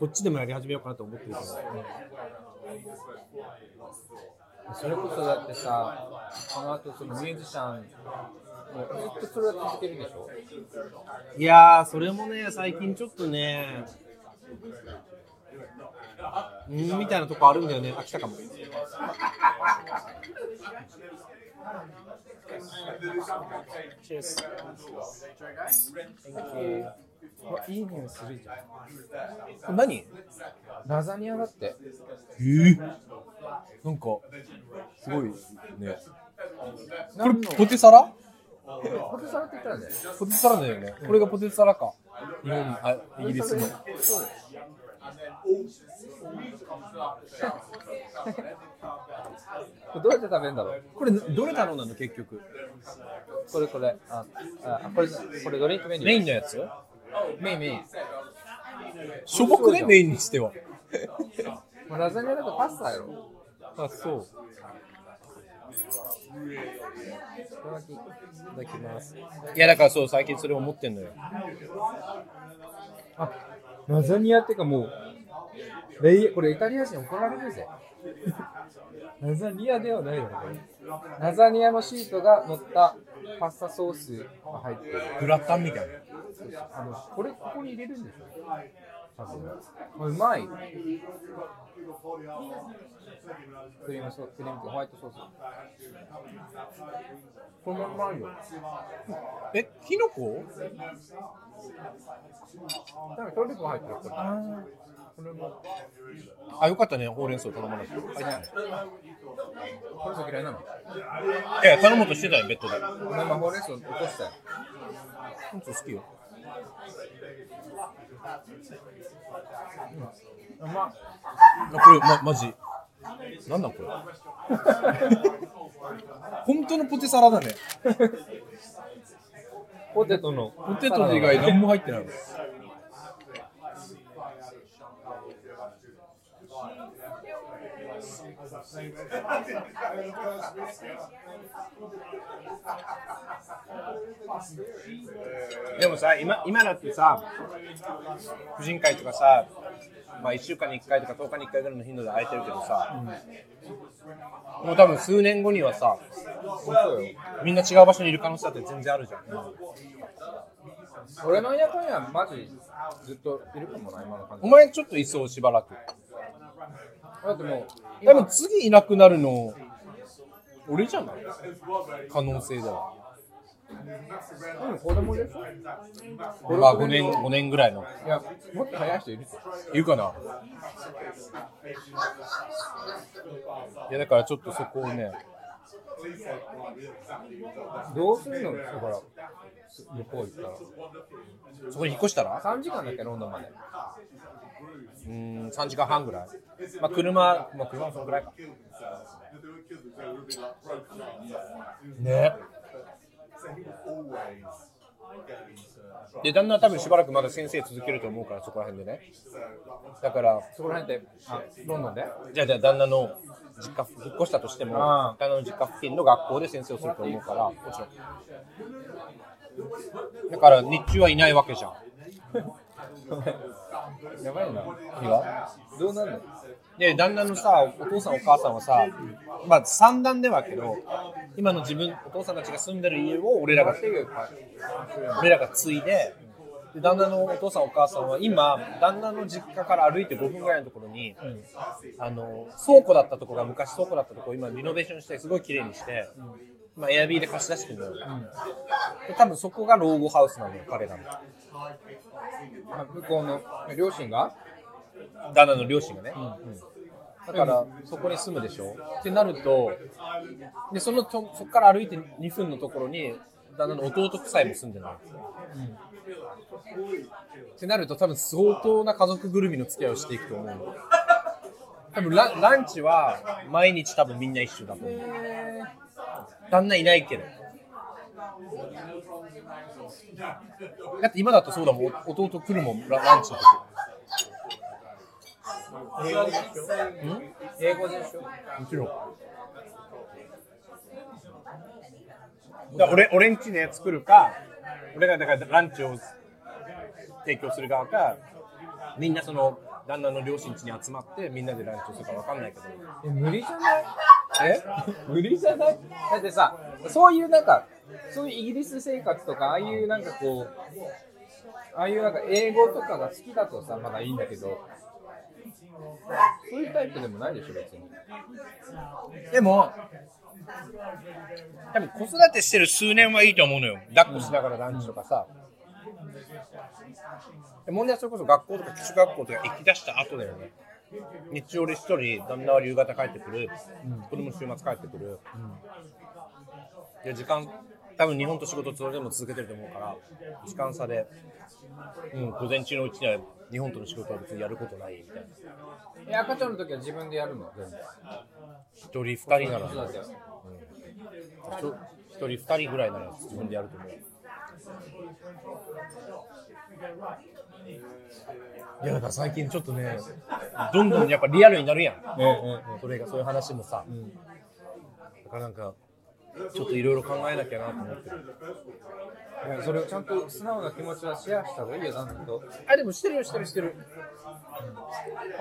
こっちでもやり始めようかなと思ってるけど。
それこそだってさ、この後そのミュージシャンもうずっとそれは続けるでしょ
いやー、それもね、最近ちょっとね、うーんみたいなとこあるんだよね、飽きたかも。
うわいい匂いするじゃん
何
ラザニアだって
えー、なんか、すごいね。
これ
ポテサラ
ポテサラって言ったんだよ
ポテサラだよね。これがポテサラか。日本、あ、イギリスの。
これどうやって食べるんだろう
これ、どれ頼んだの結局。
これこれああこれこれドリンクメニュー
メインのやつ
メインメイン
しょぼくね、メインにしては。
まあラザニアだとパスタやろ
あ、そう。
いただきいただきます
いや、だからそう、最近それ思ってんのよ。
あラザニアってかもうレイこれイタリア人怒られるぜ [laughs] ラザニアではないだろこれラザニアのシートが乗ったパスタソースが入ってる
グラタンみたいな。
あのこれここに入れるんでしょ多分これうまいクリームソースクリームとホワイトソースこれもうまいよ
え、キノコ
なんかトリュフ入ってるこれこれも
あ、よかったね、ほうれん草頼まなくて。
あいやホウレンソ嫌いなの
いや、頼もうとしてたよ、ベッドで。
俺今ほうれん草落としたよ
本当好きよ。
うま
あ
っ
これ、ま、マジ。なんなんこれ。 [laughs] 本当のポテサラだね。
ポテトのポ
ポテト以外何も入ってないの。でもさ今、今だってさ、婦人会とかさ、まあ、1週間に1回とか10日に1回ぐらいの頻度で空いてるけどさ、もう多分数年後にはさ、みんな違う場所にいる可能性だって全然あるじゃん。
俺の田舎にはマジずっといるかもな今の感
お
じ
前ちょっといそうしばらく。
だってもう
多分次いなくなるの、俺じゃない可能性だわ。
うん子供でしょ
まあ5年、5年ぐらいの。
いやもっと早い人いるって
いるかないやだからちょっとそこをね、
どうするのだから向こう行っ
そこに引っ越した
た
ら
ら3時間だっけロンドンまで
うーん、3時間半ぐらい。まあ車、まあ車もそのぐらいか。ね。で、旦那は多分しばらくまだ先生続けると思うから、そこら辺でね。だから、
そこら辺ってあロンドンで
じゃあじゃあ旦那の実家引っ越したとしても
ああ
旦那の実家付近の学校で先生をすると思うからもちろんだから日中はいないわけじゃん
やばいな
何が
どうなるの
で旦那のさお父さんお母さんはさまあ三段ではあるけど今の自分お父さんたちが住んでる家を俺らが俺らが継いでで旦那のお父さんお母さんは今旦那の実家から歩いて5分ぐらいのところに、あの倉庫だったところが昔倉庫だったところを今リノベーションしてすごい綺麗にして、まあ、エアビーで貸し出してるのよ、で多分そこが老後ハウスなのよ彼らの
あ向こうの両親が
旦那の両親がね、だからそこに住むでしょってなるとでそのとそこから歩いて2分のところに旦那の弟夫妻も住んでるのよ、ってなると多分相当な家族ぐるみの付き合いをしていくと思うの多分ラランチは毎日多分みんな一緒だと思う旦那いないけどだって今だとそうだもんお弟来るもんラランチの時
英語でしょ
もちろん。だから俺俺んちね作るか、俺がだからランチを提供する側か、みんなその旦那の両親家に集まってみんなでランチをするかわかんないけど、
え無理じゃないえ [laughs] 無理じゃないだってさ、そういうなんか、そういうイギリス生活とか、ああいうなんかこう、ああいうなんか英語とかが好きだとさ、まだいいんだけど、そういうタイプでもないでしょ、別に。
でも、多分子育てしてる数年はいいと思うのよ。抱っこしながらランチとかさ。で問題はそれこそ学校とか基礎学校とか行き出した後だよね。日曜で一人、旦那は夕方帰ってくる、子供週末帰ってくる、で時間、多分日本と仕事それでも続けてると思うから、時間差で、うん、午前中のうちには日本との仕事は別にやることないみたいな、
え赤ちゃんの時は自分でやるの全部
一人、二人なら、
そうだよ
ひと一人二人ぐらいなら自分でやると思う。いやだから最近ちょっとね、どんどんやっぱリアルになるやん。それがそういう話もさ、だからなんかちょっといろいろ考えなきゃなと思ってる。
いやそれをちゃんと素直な気持ちはシェアした方がいいよ、なんと。
あでもしてるよしてるしてる。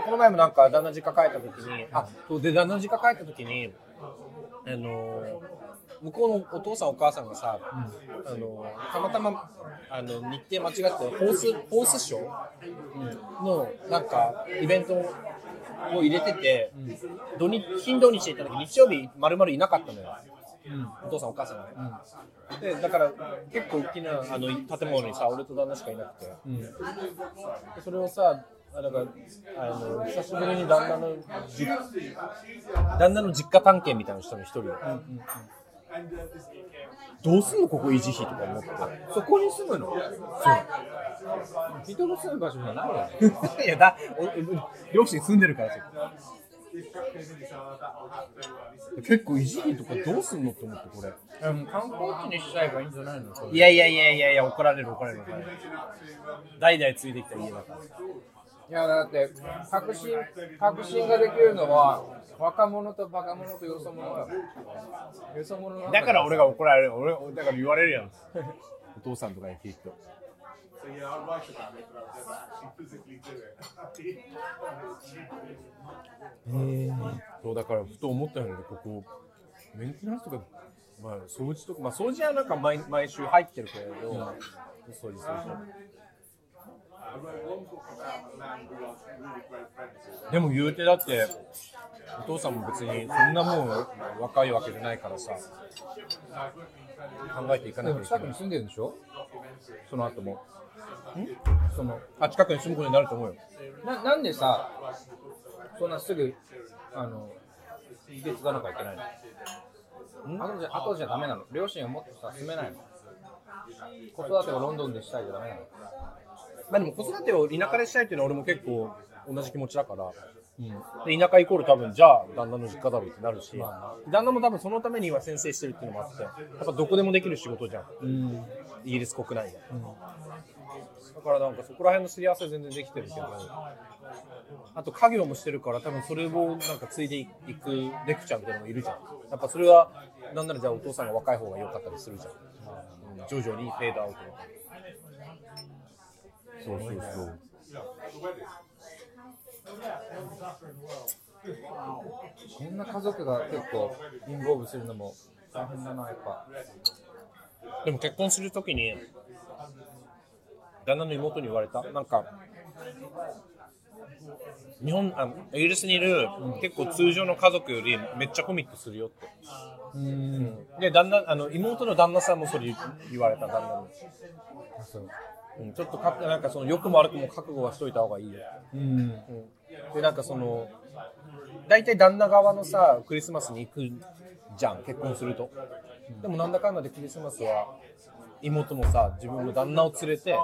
この前もなんか旦那実家帰った時に、あそうで旦那実家帰った時に、あのー向こうのお父さんお母さんがさ、あのーたまたまあの日程間違ってホースホースショーのなんかイベントを入れてて、土日金土日行った時日曜日まるまるいなかったのよ。お父さんお母さんがね、でだから結構大きなあの建物にさ俺と旦那しかいなくて、でそれをさあなんかあの久しぶりに旦那の実旦那の実家探検みたいな人の一人を、どうすんのここ維持費とか思って
そこに住むのそう。人の住む場所じゃないよね。
いやだお両親住んでるからさ結構維持費とかどうすんのって思ってこれ
観光地にしちゃえばいいんじゃないの
いやいやいやいやいや怒られる怒られる怒られる代々継いできた家だから
いやだって確信確信ができるのは若者とバカ者とよそ者だよ。よそ者なん
だから俺が怒られる俺だから言われるやん [laughs] お父さんとかに聞いて
So yeah, I'll write about it, but I don't actually physically do it.
そうだからふと思ったよねここメンテナンスとか、まあ、掃除とか、まあ、掃除はなんか毎毎週入ってるけれど、掃除する
I wrote one book about a man who was really great friends with.
でも言うてだってお父さんも別にそんなもん若いわけじゃないからさ考えていか
で
なきゃ
も
いけな
近くに
い
住んでるんでしょ
その後も
その
あ近くに住むことになると思うよ
ななんでさ、そんなすぐあの手伝わなきゃいけないの後じゃ後じゃダメなの両親をもっとさ住めないの子育てをロンドンでしたいじゃダメなの
まあでも子育てを田舎でしたいっていうのは俺も結構同じ気持ちだから、で田舎イコール多分じゃあ旦那の実家だろうってなるし、旦那も多分そのために今先生してるっていうのもあってやっぱどこでもできる仕事じゃん、イギリス国内で、だからなんかそこら辺のすり合わせ全然できてるけどあと家業もしてるから多分それをなんか継いでいくレクチャーみたいなのもいるじゃんやっぱそれはなんならじゃあお父さんが若い方が良かったりするじゃん、うん徐々にフェードアウト
そうそうそう
こんな家族が結構インボーブするのも大変だなやっぱ
でも結婚するときに旦那の妹に言われたなんか日本あイギリスにいる、結構通常の家族よりめっちゃコミットするよってうんで旦那あの妹の旦那さんもそれ言言われた旦那に、うん、ちょっとかなんかその良くも悪くも覚悟はしといた方がいいよ
うん
でなんかその大体旦那側のさクリスマスに行くじゃん結婚すると、でもなんだかんだでクリスマスは妹もさ自分の旦那を連れて、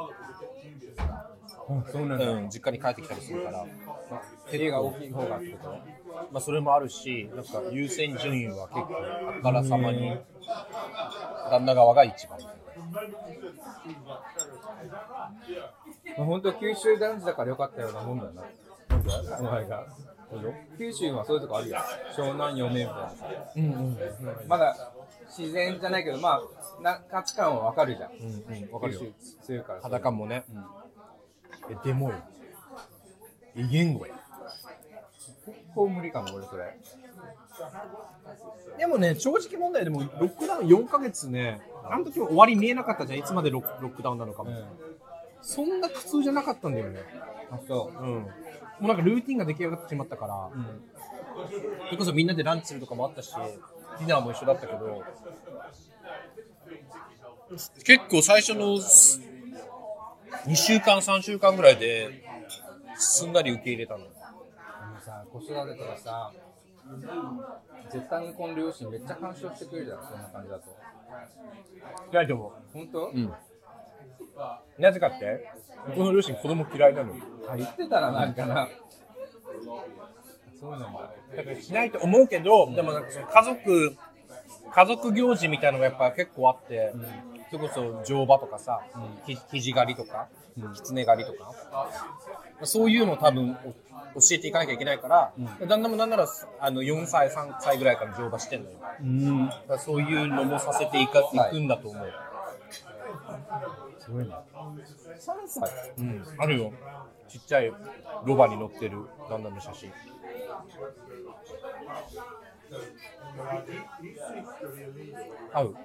そうな
うん、実家に帰ってきたりするから、
家が大きい方がってこと
まあ、それもあるしなんか優先順位は結構あからさまに旦那側が一番みたいな
まあ、本当九州男児だから良かったようなもんだよな。お前が。九州はそういうとこあるよ。湘南嫁みたいなさ。まだ自然じゃないけど、まあ、な価値観はわかるじゃん。
わかるよ
九州強いから。
裸もね、えでもよ異言語や
こう無理かも、俺それ。
でもね、正直問題でも、ロックダウン4ヶ月ね、あの時も終わり見えなかったじゃん、いつまでロックロックダウンなのかも、そんな苦痛じゃなかったんだよね。
あそ
うん。もうなんかルーティンが出来上がってしまったから、それこそみんなでランチするとかもあったし、ディナーも一緒だったけど、結構最初の2週間、3週間ぐらいで、すんなり受け入れたの。
うもうさ子育てとかさ絶対にこの両親めっちゃ干渉してくれるじゃんそんな感じだと
いや、でも、
本当、
なぜかって、僕の両親子供嫌いなのよ。
あ言ってたらなんかなそうなんだ
だからしないと思うけど、でもなんかその家族、家族行事みたいなのがやっぱ結構あって、それこそ乗馬とかさ、ひ肘狩りとか、狐狩りとか、そういうのを多分お教えていかなきゃいけないから、旦那もなんならあの4歳、3歳ぐらいから乗馬してんのよ。だからそういうのもさせていか、い、くんだと思う。
すごいね
3歳うん、あるよ。ちっちゃいロバに乗ってる旦那の写真。合う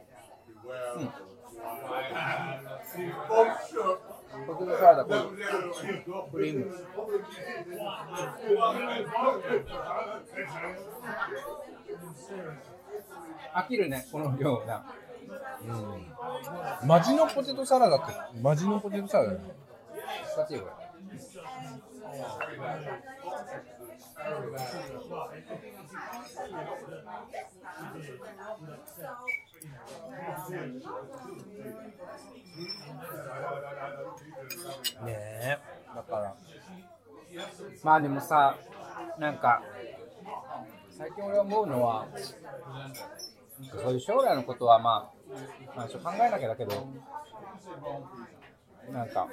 ポテトサラダこれクリーム飽きるねこの量な
マジのポテトサラダってマジのポテトサラダだよね
難しいこれ
ねえだから
まあでもさなんか最近俺思うのはそういう将来のことはまあ、まあ、ちょっと考えなきゃだけどなんか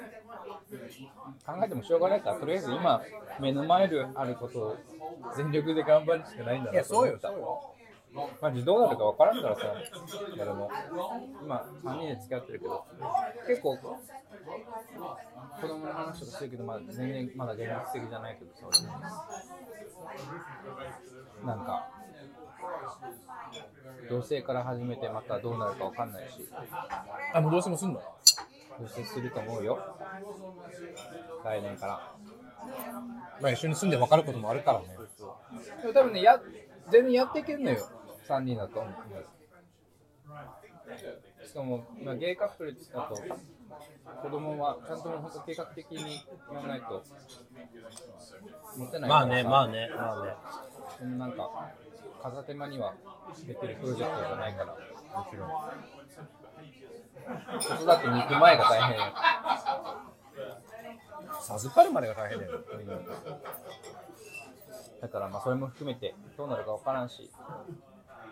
考えてもしょうがないからとりあえず今目の前にあることを全力で頑張るしかないんだ
いや
なと
そう
思
よ
った
そうよ
マジどうなるか分からんからさ誰も今3人で付き合ってるけど結構子供の話とかしてるけどまだ全然まだ現実的じゃないけどさ俺もなんか同棲から始めてまたどうなるか分かんないし
あもうどうしてもすんの
同棲すると思うよ来年から
まあ一緒に住んで分かることもあるからね
でも多分ねや全然やっていけんのよ3人だとしかも今ゲイカップルだと子供はちゃんと本当計画的にやらないと持てないからさ
ねまあね
そのなんか風手間には出てるプロジェクトじゃないからもちろん子育てに行く前が大変よ
授かるまでが大変だよ
だからまあそれも含めてどうなるか分からんし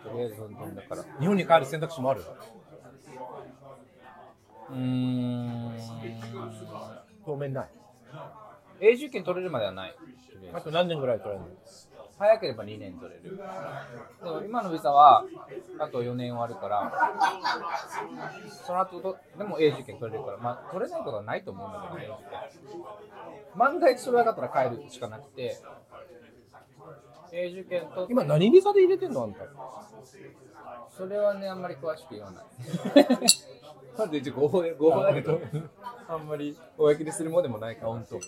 とりあえずどんどんだから
日本に帰る選択肢もある
うーん
当面ない
永住権取れるまではないとりあえず
あと何年ぐらい取れるの
早ければ2年取れるでも今のビザはあと4年はあるからその後とでも永住権取れるから、まあ、取れないことはないと思うんだけどね万が一それがなかったら帰るしかなくて永住権と
今何ビザで入れてんのあんた
それはねあんまり詳しく言わない [laughs] なんで一応合法で合法だけどあんまり公でするものでもないから本当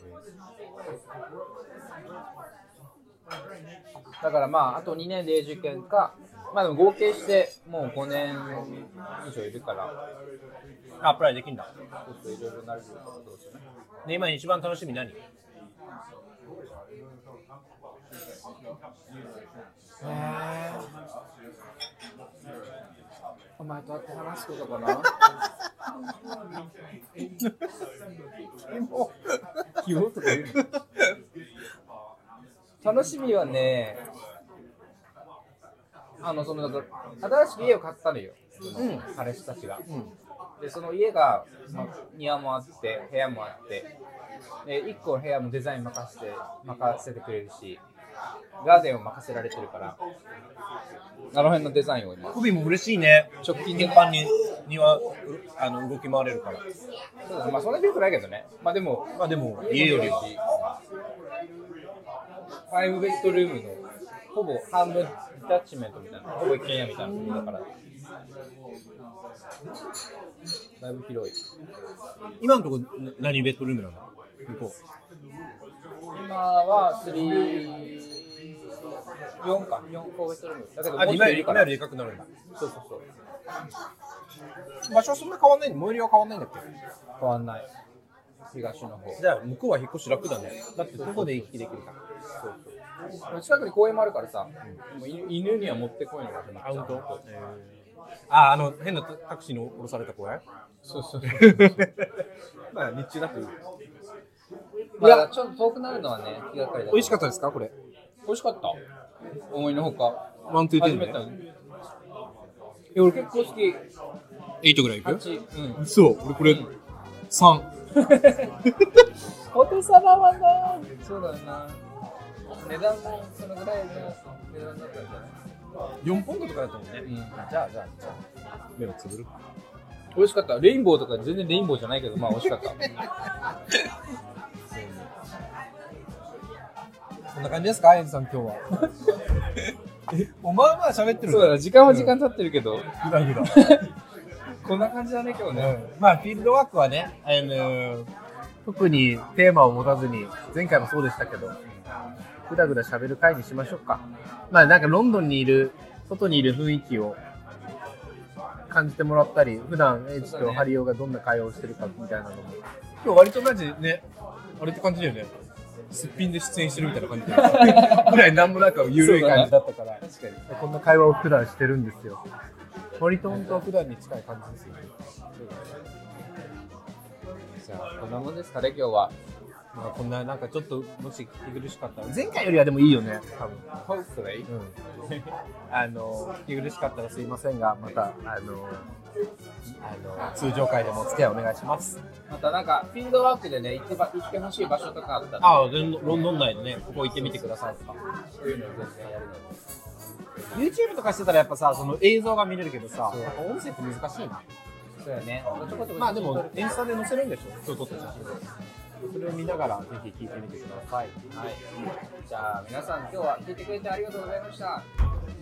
だからまああと2年で永住権かまあでも合計してもう5年以上いるから
あアプライできんだ、
ちょっといろいろなるけどどうしようね
ね、今一番楽しみ何
お前と会って話すことか [laughs] な希望とか言うの楽しみはねあのそのだから新しく家を買ったのよ、うん、彼氏たちが、でその家が、まあ、庭もあって部屋もあってで1個の部屋もデザイン任せて任せてくれるしガーデンを任せられてるからあの辺のデザインを今
コビも嬉しいね
直近で
頻繁に庭うあの動き回れるから
そうですまあそんなに良くないけどね。まあでも、
まあでも家よりは
5ベッドルームのほぼ半分ッタッチメントみたいな、ほぼ一軒家みたいなところだから。だいぶ広い。
今のとこな何ベッドルームなの向こ
今は3、4か、4個ベッドルーム。だけど、
う。
もうちょっといるから。
でかくなるんだ。
そうそうそう。
場所はそんな変わんない燃えりは変わんないんだっけ
変わんない。東の方。
じゃあ、向こうは引っ越し楽だね。だって、どこで行き来できるか。
近くに公園もあるからさ、もう犬犬には持ってこいのが始まっちゃう。
あ、あの、変なタクシーに降ろされた公園
そうそう。
まあ、日中だと。
いや、ちょっと遠くなるのはね、気がかりだ。
美味しかったですかこれ。
美味しかった。思いのほか。
ワン、ツー、テ
初
ン
め
で
て。。え、俺結構好き。
8ぐらい行
八。うん。
嘘、俺これ、3。
ポテサラはな。そうだよな。値段もそのぐらいの値段だったんじゃない。
4ポンドとかだったもんね。
うん。じゃあじゃあじゃあ。
目をつぶる。
美味しかった。レインボーとか全然レインボーじゃないけど、まあ美味しかっ
[laughs]
た。
こんな感じですかアインさん、今
[laughs]
日は。おまあまあ喋ってる
そうだな、時間は時間経ってるけど、
ぐだぐだ。 [laughs]
こんな感じだね、今日ね。
まあ、フィールドワークはね、あのー特にテーマを持たずに、前回もそうでしたけど、ぐだぐだ喋る会にしましょうか。まあ、なんかロンドンにいる、外にいる雰囲気を感じてもらったり、普段エイジとハリオがどんな会話をしてるかみたいなのも。今日割とマジね、あれって感じだよね。すっぴんで出演してるみたいな感じ [laughs] だよぐらいなんもなんか緩い感じだったから、
確かに。
こんな会話を普段してるんですよ。割と本当は普段に近い感じですよね。
じゃあ、こんなもんですかね、今日は。
まあ、こんな、なんかちょっと、もし聞き苦しかったら、前回よりはでもいいよね、多分。
ホークレイ
うん。あの、聞き苦しかったらすいませんが、また、あの、あの通常回でもお付き合いお願いします。
またなんか、フィールドワークでね、行ってば行ってほしい場所とかあったら、
ああ、ロンドン内でね、ここ行ってみてくださいとか。
そういうの全然やるので。
YouTube とかしてたらやっぱさ、その映像が見れるけどさ、やっぱ音声って難しいな。
そうやね。
まあでも、インスタで載せるんでしょ今日撮った写真それを見ながら、ぜひ聞いてみてください。
はい。じゃあ皆さん今日は聞いてくれてありがとうございました。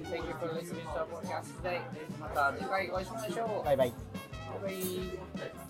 Thank you for listening to our podcast today. また次回お会いしましょう。
バイバイ。
バイバイ